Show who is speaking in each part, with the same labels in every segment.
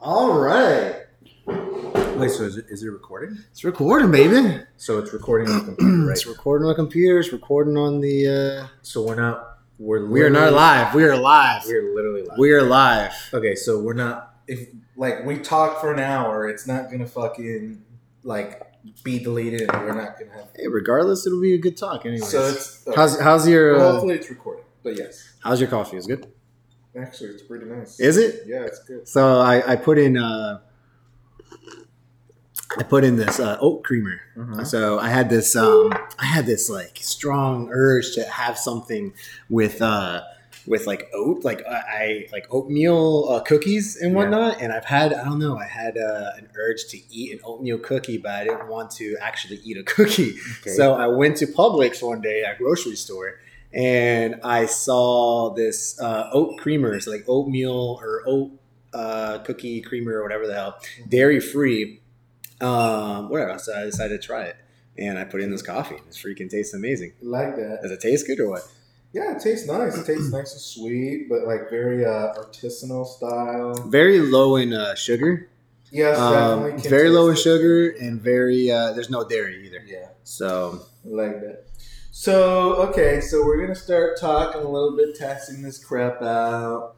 Speaker 1: All right.
Speaker 2: Wait, so is it, is it recording?
Speaker 1: It's recording, baby.
Speaker 2: So it's recording on the computer, right?
Speaker 1: It's recording on computers, recording on the. Uh,
Speaker 2: So we're not. We're
Speaker 1: we are not
Speaker 2: literally-
Speaker 1: live. We are live.
Speaker 2: We're literally live.
Speaker 1: We are live.
Speaker 2: okay, so we're not. If like we talk for an hour, it's not gonna fucking like be deleted. and We're not gonna have.
Speaker 1: Hey, regardless, it'll be a good talk anyway.
Speaker 2: So it's
Speaker 1: how's how's your
Speaker 2: well,
Speaker 1: uh,
Speaker 2: hopefully it's recording. But yes,
Speaker 1: how's your coffee? Is it good?
Speaker 2: actually, it's pretty nice.
Speaker 1: Is it?
Speaker 2: Yeah, it's good.
Speaker 1: So I I put in uh I put in this uh, oat creamer.
Speaker 2: Mm-hmm.
Speaker 1: So I had this um I had this like strong urge to have something with uh with like oat like I, I like oatmeal uh, cookies and
Speaker 2: Yeah.
Speaker 1: whatnot and I've had I don't know I had uh, an urge to eat an oatmeal cookie but I didn't want to actually eat a cookie
Speaker 2: Okay.
Speaker 1: so I went to Publix one day at a grocery store and I saw this uh, oat creamers, like oatmeal or oat uh, cookie creamer or whatever the hell,
Speaker 2: Mm-hmm.
Speaker 1: dairy free. Um, whatever. So I decided to try it and I put in this coffee. It freaking tastes amazing.
Speaker 2: like that.
Speaker 1: Does it taste good or what?
Speaker 2: Yeah, it tastes nice. It tastes nice and sweet, but like very uh, artisanal style.
Speaker 1: Very low in uh, sugar.
Speaker 2: Yes,
Speaker 1: Um,
Speaker 2: definitely. can
Speaker 1: very low in
Speaker 2: taste it.
Speaker 1: sugar and very, uh, there's no dairy either.
Speaker 2: Yeah.
Speaker 1: So
Speaker 2: like that. So okay, so we're gonna start talking a little bit, testing this crap out.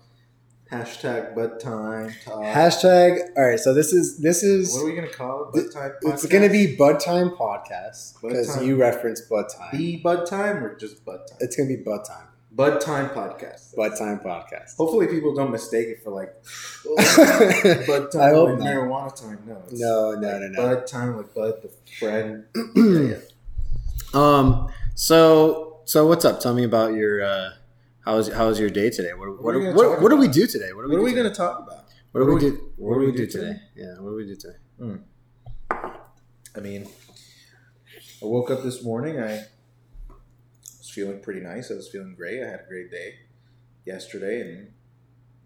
Speaker 2: Hashtag butt time talk.
Speaker 1: hashtag. All right. So this is, this is.
Speaker 2: Uh, what are we gonna call it? Butt time.
Speaker 1: It's
Speaker 2: podcast?
Speaker 1: going to be Bud Time Podcast
Speaker 2: Bud
Speaker 1: because
Speaker 2: Time.
Speaker 1: you referenced Bud Time.
Speaker 2: the butt time or just butt time.
Speaker 1: It's going to be Bud Time.
Speaker 2: Butt time podcast.
Speaker 1: Bud Time Podcast.
Speaker 2: Hopefully, people don't mistake it for like butt
Speaker 1: I
Speaker 2: time
Speaker 1: hope
Speaker 2: with
Speaker 1: not.
Speaker 2: marijuana time. No, it's
Speaker 1: No, no, no,
Speaker 2: like
Speaker 1: no.
Speaker 2: Bud time with Bud the friend.
Speaker 1: um. So, so what's up? Tell me about your. Uh, how was how was your day today? What
Speaker 2: What
Speaker 1: what
Speaker 2: are we gonna
Speaker 1: what,
Speaker 2: talk
Speaker 1: what, do we
Speaker 2: about?
Speaker 1: do today? What do we
Speaker 2: What are
Speaker 1: do
Speaker 2: we
Speaker 1: today?
Speaker 2: gonna talk about?
Speaker 1: What do
Speaker 2: what
Speaker 1: we
Speaker 2: do we-
Speaker 1: do? What do we do today? Yeah. What do we do today?
Speaker 2: I mean, I woke up this morning. I was feeling pretty nice. I was feeling great. I had a great day yesterday and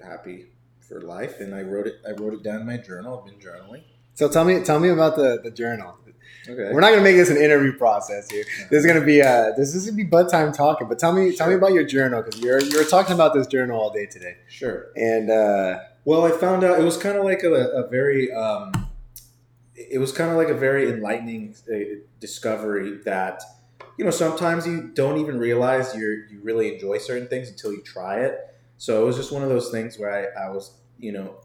Speaker 2: happy for life. And I wrote it. I wrote it down in my journal. I've been journaling.
Speaker 1: So tell me tell me about the the journal.
Speaker 2: Okay.
Speaker 1: We're not gonna make this an interview process here. This is gonna be uh this is gonna be bud time talking. But tell me tell me about your journal because you're you were talking about this journal all day today.
Speaker 2: sure.
Speaker 1: And uh,
Speaker 2: Well, I found out it was kind of like a, a very. Um, it was kind of like a very enlightening uh, discovery that you know sometimes you don't even realize you you really enjoy certain things until you try it. So it was just one of those things where I, I was you know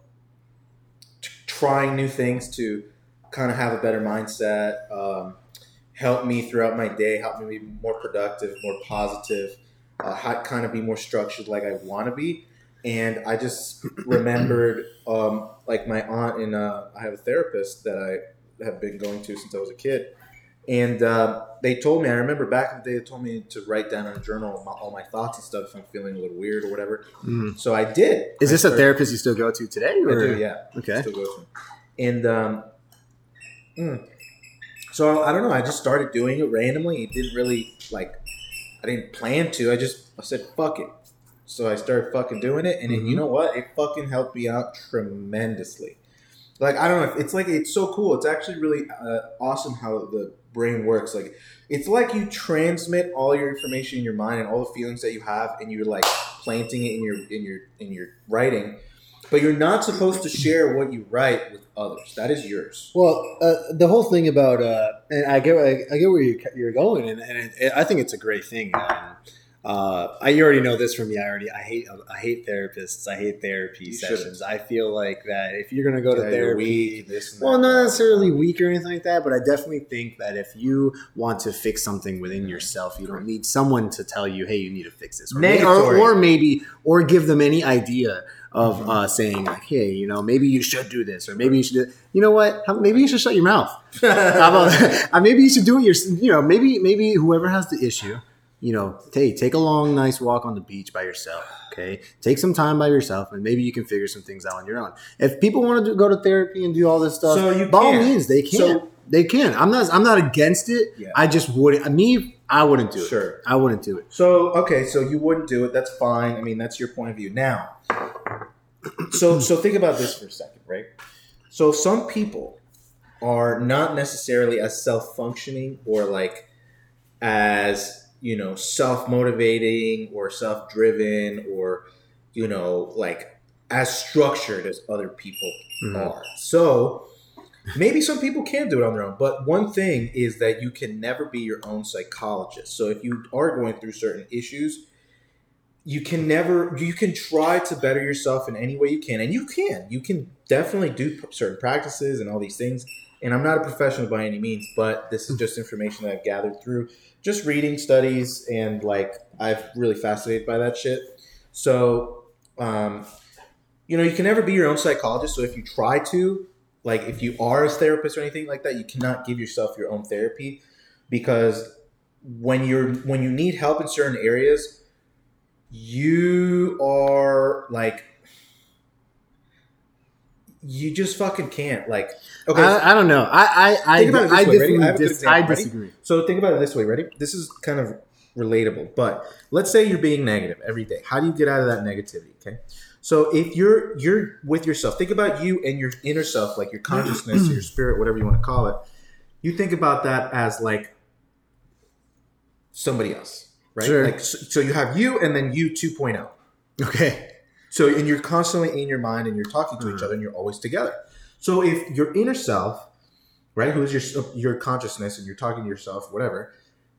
Speaker 2: t- trying new things to kind of have a better mindset, um, help me throughout my day, help me be more productive, more positive, uh, how, kind of be more structured like I want to be. And I just remembered, um, like my aunt and uh, I have a therapist that I have been going to since I was a kid, and uh, they told me. I remember back in the day, they told me to write down in a journal my, all my thoughts and stuff if I'm feeling a little weird or whatever. So I did.
Speaker 1: is this
Speaker 2: I
Speaker 1: a
Speaker 2: started-
Speaker 1: therapist you still go to today? Or?
Speaker 2: I do, yeah.
Speaker 1: Okay.
Speaker 2: Still goes in. And um, mm. so I don't know. I just started doing it randomly. It didn't really like. I didn't plan to. I just I said fuck it. So I started fucking doing it, and it, you know what? It fucking helped me out tremendously. Like I don't know. It's like it's so cool. It's actually really uh, awesome how the brain works. Like it's like you transmit all your information in your mind and all the feelings that you have, and you're like planting it in your in your in your writing but you're not supposed to share what you write with others. That is yours.
Speaker 1: Well, uh, the whole thing about uh, and I get I, I get where you, you're going, and, and it, I think it's a great thing. Um, uh, I you already know this from me. I already I hate I hate therapists. I hate therapy
Speaker 2: You shouldn't.
Speaker 1: sessions. I feel like that if you're gonna go to
Speaker 2: Yeah, you're
Speaker 1: therapy,
Speaker 2: weak, this and
Speaker 1: well,
Speaker 2: that.
Speaker 1: not necessarily weak or anything like that, but I definitely think that if you want to fix something within yourself, you don't need someone to tell you, "Hey, you need to fix this," or, may- or,
Speaker 2: Mandatory.
Speaker 1: or maybe, or give them any idea of
Speaker 2: Mhm.
Speaker 1: uh, saying, like, "Hey, you know, maybe you should do this," or maybe you should. Do- you know what? How- Maybe you should shut your mouth. How about that? Uh, maybe you should do it yourself. You know, maybe maybe whoever has the issue, you know, hey, take a long, nice walk on the beach by yourself. Okay, take some time by yourself, and maybe you can figure some things out on your own. If people want to do, go to therapy and do all this stuff,
Speaker 2: So you
Speaker 1: by all
Speaker 2: can.
Speaker 1: means, they can.
Speaker 2: So-
Speaker 1: they can. I'm not. I'm not against it.
Speaker 2: Yeah.
Speaker 1: I just wouldn't. Me, I wouldn't do it.
Speaker 2: Sure.
Speaker 1: I wouldn't do it.
Speaker 2: So okay, so you wouldn't do it. That's fine. I mean, that's your point of view. Now, so so think about this for a second, right? So some people are not necessarily as self functioning or like as you know self motivating or self driven or you know like as structured as other people
Speaker 1: Mhm.
Speaker 2: are. So maybe some people can do it on their own, but one thing is that you can never be your own psychologist. So if you are going through certain issues, you can never you can try to better yourself in any way you can and you can you can definitely do certain practices and all these things and i'm not a professional by any means but this is just information that i've gathered through just reading studies and like i've really fascinated by that shit so um, you know you can never be your own psychologist so if you try to like if you are a therapist or anything like that you cannot give yourself your own therapy because when you're when you need help in certain areas you are like you just fucking can't like okay
Speaker 1: I, I don't know. I I I,
Speaker 2: Think about it this
Speaker 1: I
Speaker 2: way, ready? I
Speaker 1: definitely
Speaker 2: have a good
Speaker 1: dis- I
Speaker 2: example, ready?
Speaker 1: disagree.
Speaker 2: so think about it this way, ready? This is kind of relatable, but let's say you're being negative every day. How do you get out of that negativity? Okay. So if you're you're with yourself, think about you and your inner self, like your consciousness, your spirit, whatever you want to call it. You think about that as like somebody else, right?
Speaker 1: Sure.
Speaker 2: Like so, so you have you and then you 2.0.
Speaker 1: Okay.
Speaker 2: So, and you're constantly in your mind and you're talking to each
Speaker 1: Mhm.
Speaker 2: other and you're always together. So, if your inner self, right, who is your, your consciousness and you're talking to yourself, whatever,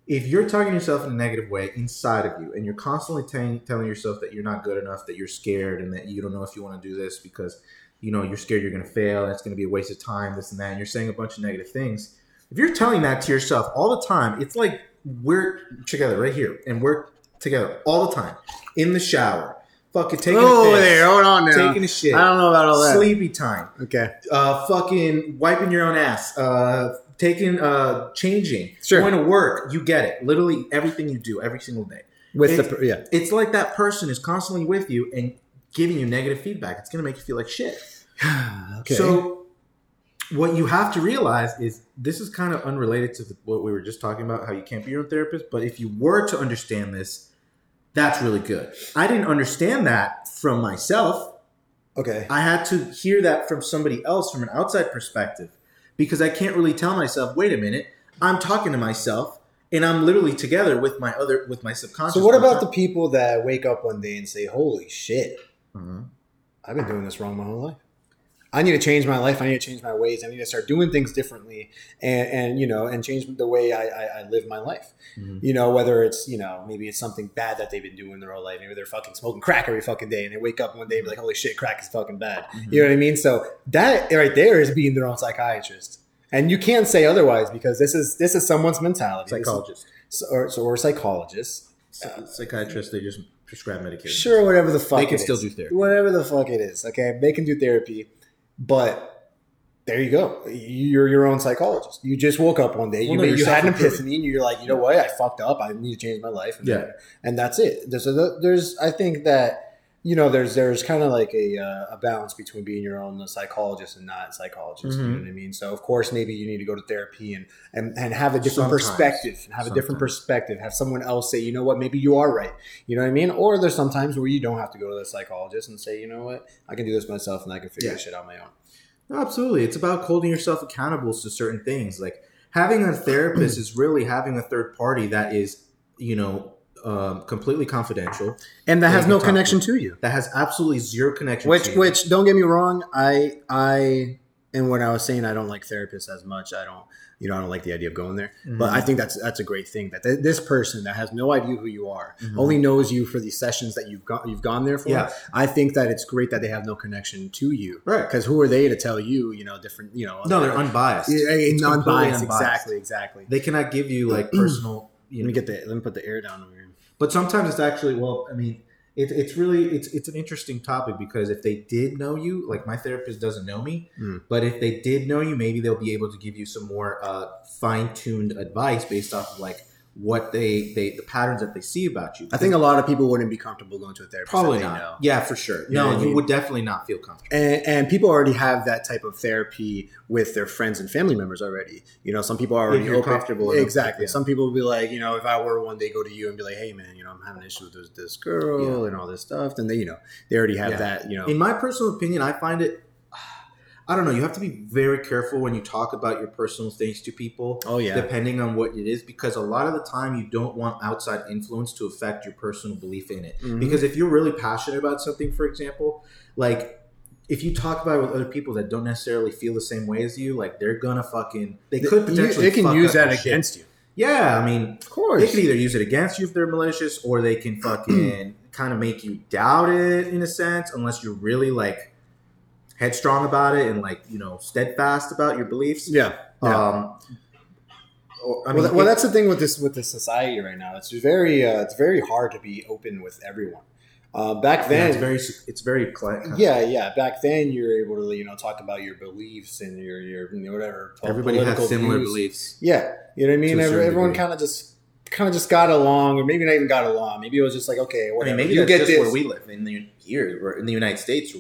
Speaker 2: if you're talking to yourself in a negative way inside of you and you're constantly telling telling yourself that you're not good enough, that you're scared, and that you don't know if you want to do this because, you know, you're scared you're going to fail and it's going to be a waste of time, this and that, and you're saying a bunch of negative things, if you're telling that to yourself all the time, it's like we're together right here and we're together all the time in the shower. Fucking taking a
Speaker 1: Oh,
Speaker 2: piss
Speaker 1: there. Hold on now.
Speaker 2: taking a shit,
Speaker 1: I don't know about all that.
Speaker 2: sleepy time,
Speaker 1: Okay.
Speaker 2: uh, fucking wiping your own ass, uh, taking, uh, changing,
Speaker 1: Sure.
Speaker 2: going to work. You get it. Literally everything you do every single day.
Speaker 1: With the
Speaker 2: It-
Speaker 1: per- yeah.
Speaker 2: It's like that person is constantly with you and giving you negative feedback. It's gonna make you feel like shit.
Speaker 1: okay.
Speaker 2: So, what you have to realize is this is kind of unrelated to the, what we were just talking about, how you can't be your own therapist. But if you were to understand this, that's really good. I didn't understand that from myself
Speaker 1: okay.
Speaker 2: I had to hear that from somebody else from an outside perspective because I can't really tell myself, wait a minute, I'm talking to myself and I'm literally together with my other with my subconscious.
Speaker 1: So what about the people that wake up one day and say, "Holy shit,
Speaker 2: Mhm.
Speaker 1: I've been doing this wrong my whole life. I need to change my life. I need to change my ways. I need to start doing things differently, and and you know, and change the way I I, I live my life.
Speaker 2: Mhm.
Speaker 1: You know, whether it's you know maybe it's something bad that they've been doing their whole life. Maybe they're fucking smoking crack every fucking day, and they wake up one day and be like, "Holy shit, crack is fucking bad."
Speaker 2: Mhm.
Speaker 1: You know what I mean? So that right there is being their own psychiatrist, and you can't say otherwise because this is this is someone's mentality. This is-
Speaker 2: psychologist,
Speaker 1: so- or, so, or psychologist.
Speaker 2: Psy- psychiatrist? They just prescribe medication.
Speaker 1: Sure, whatever the fuck.
Speaker 2: they can
Speaker 1: it
Speaker 2: still
Speaker 1: is.
Speaker 2: do therapy.
Speaker 1: Whatever the fuck it is, okay? They can do therapy, but there you go. You're your own psychologist. You just woke up one day,
Speaker 2: Well,
Speaker 1: you,
Speaker 2: no,
Speaker 1: made-
Speaker 2: you're
Speaker 1: you had an
Speaker 2: self-improving.
Speaker 1: epiphany, and you're like, you know what? I fucked up. I need to change my life. And,
Speaker 2: Yeah.
Speaker 1: and that's it. There's, a, there's, I think that, you know, there's, there's kind of like a, uh, a balance between being your own psychologist and not psychologist. You know
Speaker 2: Mhm.
Speaker 1: what I mean? So, of course, maybe you need to go to therapy and, and, and have a different
Speaker 2: Sometimes.
Speaker 1: perspective and have a different
Speaker 2: Sometimes.
Speaker 1: perspective. Have someone else say, you know what? Maybe you are right. You know what I mean? Or there's sometimes where you don't have to go to the psychologist and say, you know what, I can do this myself and I can figure
Speaker 2: Yeah.
Speaker 1: this shit out on my own.
Speaker 2: Absolutely. It's about holding yourself accountable to certain things. Like having a therapist is really having a third party that is, you know, um, completely confidential,
Speaker 1: And
Speaker 2: Yeah,
Speaker 1: that has
Speaker 2: you
Speaker 1: no
Speaker 2: can talk
Speaker 1: connection
Speaker 2: to
Speaker 1: to you.
Speaker 2: that has absolutely zero connection
Speaker 1: Which,
Speaker 2: to you.
Speaker 1: which, don't get me wrong, I, I, and when I was saying I don't like therapists as much, I don't, you know, I don't like the idea of going there.
Speaker 2: Mhm.
Speaker 1: But I think that's that's a great thing that th- this person that has no idea who you are
Speaker 2: Mhm.
Speaker 1: only knows you for the sessions that you've gone you've gone there for.
Speaker 2: Yeah.
Speaker 1: I think that it's great that they have no connection to you
Speaker 2: right.
Speaker 1: because who are they to tell you, you know, different, you know,
Speaker 2: No,
Speaker 1: other-
Speaker 2: they're unbiased.
Speaker 1: Yeah,
Speaker 2: It's completely
Speaker 1: non-biased. Exactly, exactly.
Speaker 2: They cannot give you like personal.
Speaker 1: Mm.
Speaker 2: You
Speaker 1: Let
Speaker 2: know,
Speaker 1: me get the let me put the air down over here.
Speaker 2: but sometimes it's actually well. I mean, it, it's really it's it's an interesting topic because if they did know you, like my therapist doesn't know me,
Speaker 1: Mm.
Speaker 2: but if they did know you, maybe they'll be able to give you some more uh, fine tuned advice based off of like what they they the patterns that they see about you.
Speaker 1: I think a lot of people wouldn't be comfortable going to a therapist.
Speaker 2: probably
Speaker 1: that they
Speaker 2: not.
Speaker 1: know.
Speaker 2: Yeah, for
Speaker 1: know
Speaker 2: sure. No,
Speaker 1: what I
Speaker 2: you
Speaker 1: mean?
Speaker 2: would definitely not feel comfortable.
Speaker 1: And, and people already have that type of therapy with their friends and family members already. You know, some people are already
Speaker 2: you're
Speaker 1: open-
Speaker 2: comfortable enough,
Speaker 1: Exactly.
Speaker 2: yeah.
Speaker 1: Some people will be like, you know, if I were one day go to you and be like, hey man, you know, I'm having an issue with this, this girl and all this stuff, then they, you know, they already have
Speaker 2: Yeah.
Speaker 1: that. You know,
Speaker 2: In my personal opinion, I find it. I don't know. You have to be very careful when you talk about your personal things to people,
Speaker 1: Oh yeah.
Speaker 2: depending on what it is, because a lot of the time you don't want outside influence to affect your personal belief in it.
Speaker 1: Mhm.
Speaker 2: Because if you're really passionate about something, for example, like if you talk about it with other people that don't necessarily feel the same way as you, like they're gonna fucking they could
Speaker 1: you-
Speaker 2: potentially
Speaker 1: they can
Speaker 2: fuck
Speaker 1: use
Speaker 2: up
Speaker 1: that
Speaker 2: your shit.
Speaker 1: against you.
Speaker 2: Yeah, I mean,
Speaker 1: Of course.
Speaker 2: they can either use it against you if they're malicious, or they can fucking kind of make you doubt it in a sense, unless you're really like headstrong about it and like you know steadfast about your beliefs.
Speaker 1: yeah. yeah.
Speaker 2: Um, or, I
Speaker 1: well,
Speaker 2: mean,
Speaker 1: th- well,
Speaker 2: it-
Speaker 1: that's the thing with this with the society right now. It's very uh, it's very hard to be open with everyone. Uh, back
Speaker 2: yeah,
Speaker 1: then,
Speaker 2: it's very it's very cl-
Speaker 1: yeah, yeah. Back then, you were able to you know talk about your beliefs and your your you know, whatever. po-
Speaker 2: Everybody has
Speaker 1: political
Speaker 2: similar
Speaker 1: views.
Speaker 2: beliefs.
Speaker 1: Yeah, you know what I mean.
Speaker 2: To a
Speaker 1: Every-
Speaker 2: certain
Speaker 1: everyone
Speaker 2: degree.
Speaker 1: kind of just kind of just got along, or maybe not even got along. Maybe it was just like okay,
Speaker 2: I
Speaker 1: whatever.
Speaker 2: mean, maybe
Speaker 1: you
Speaker 2: that's
Speaker 1: get
Speaker 2: just
Speaker 1: this.
Speaker 2: where we live in the here or in the United States.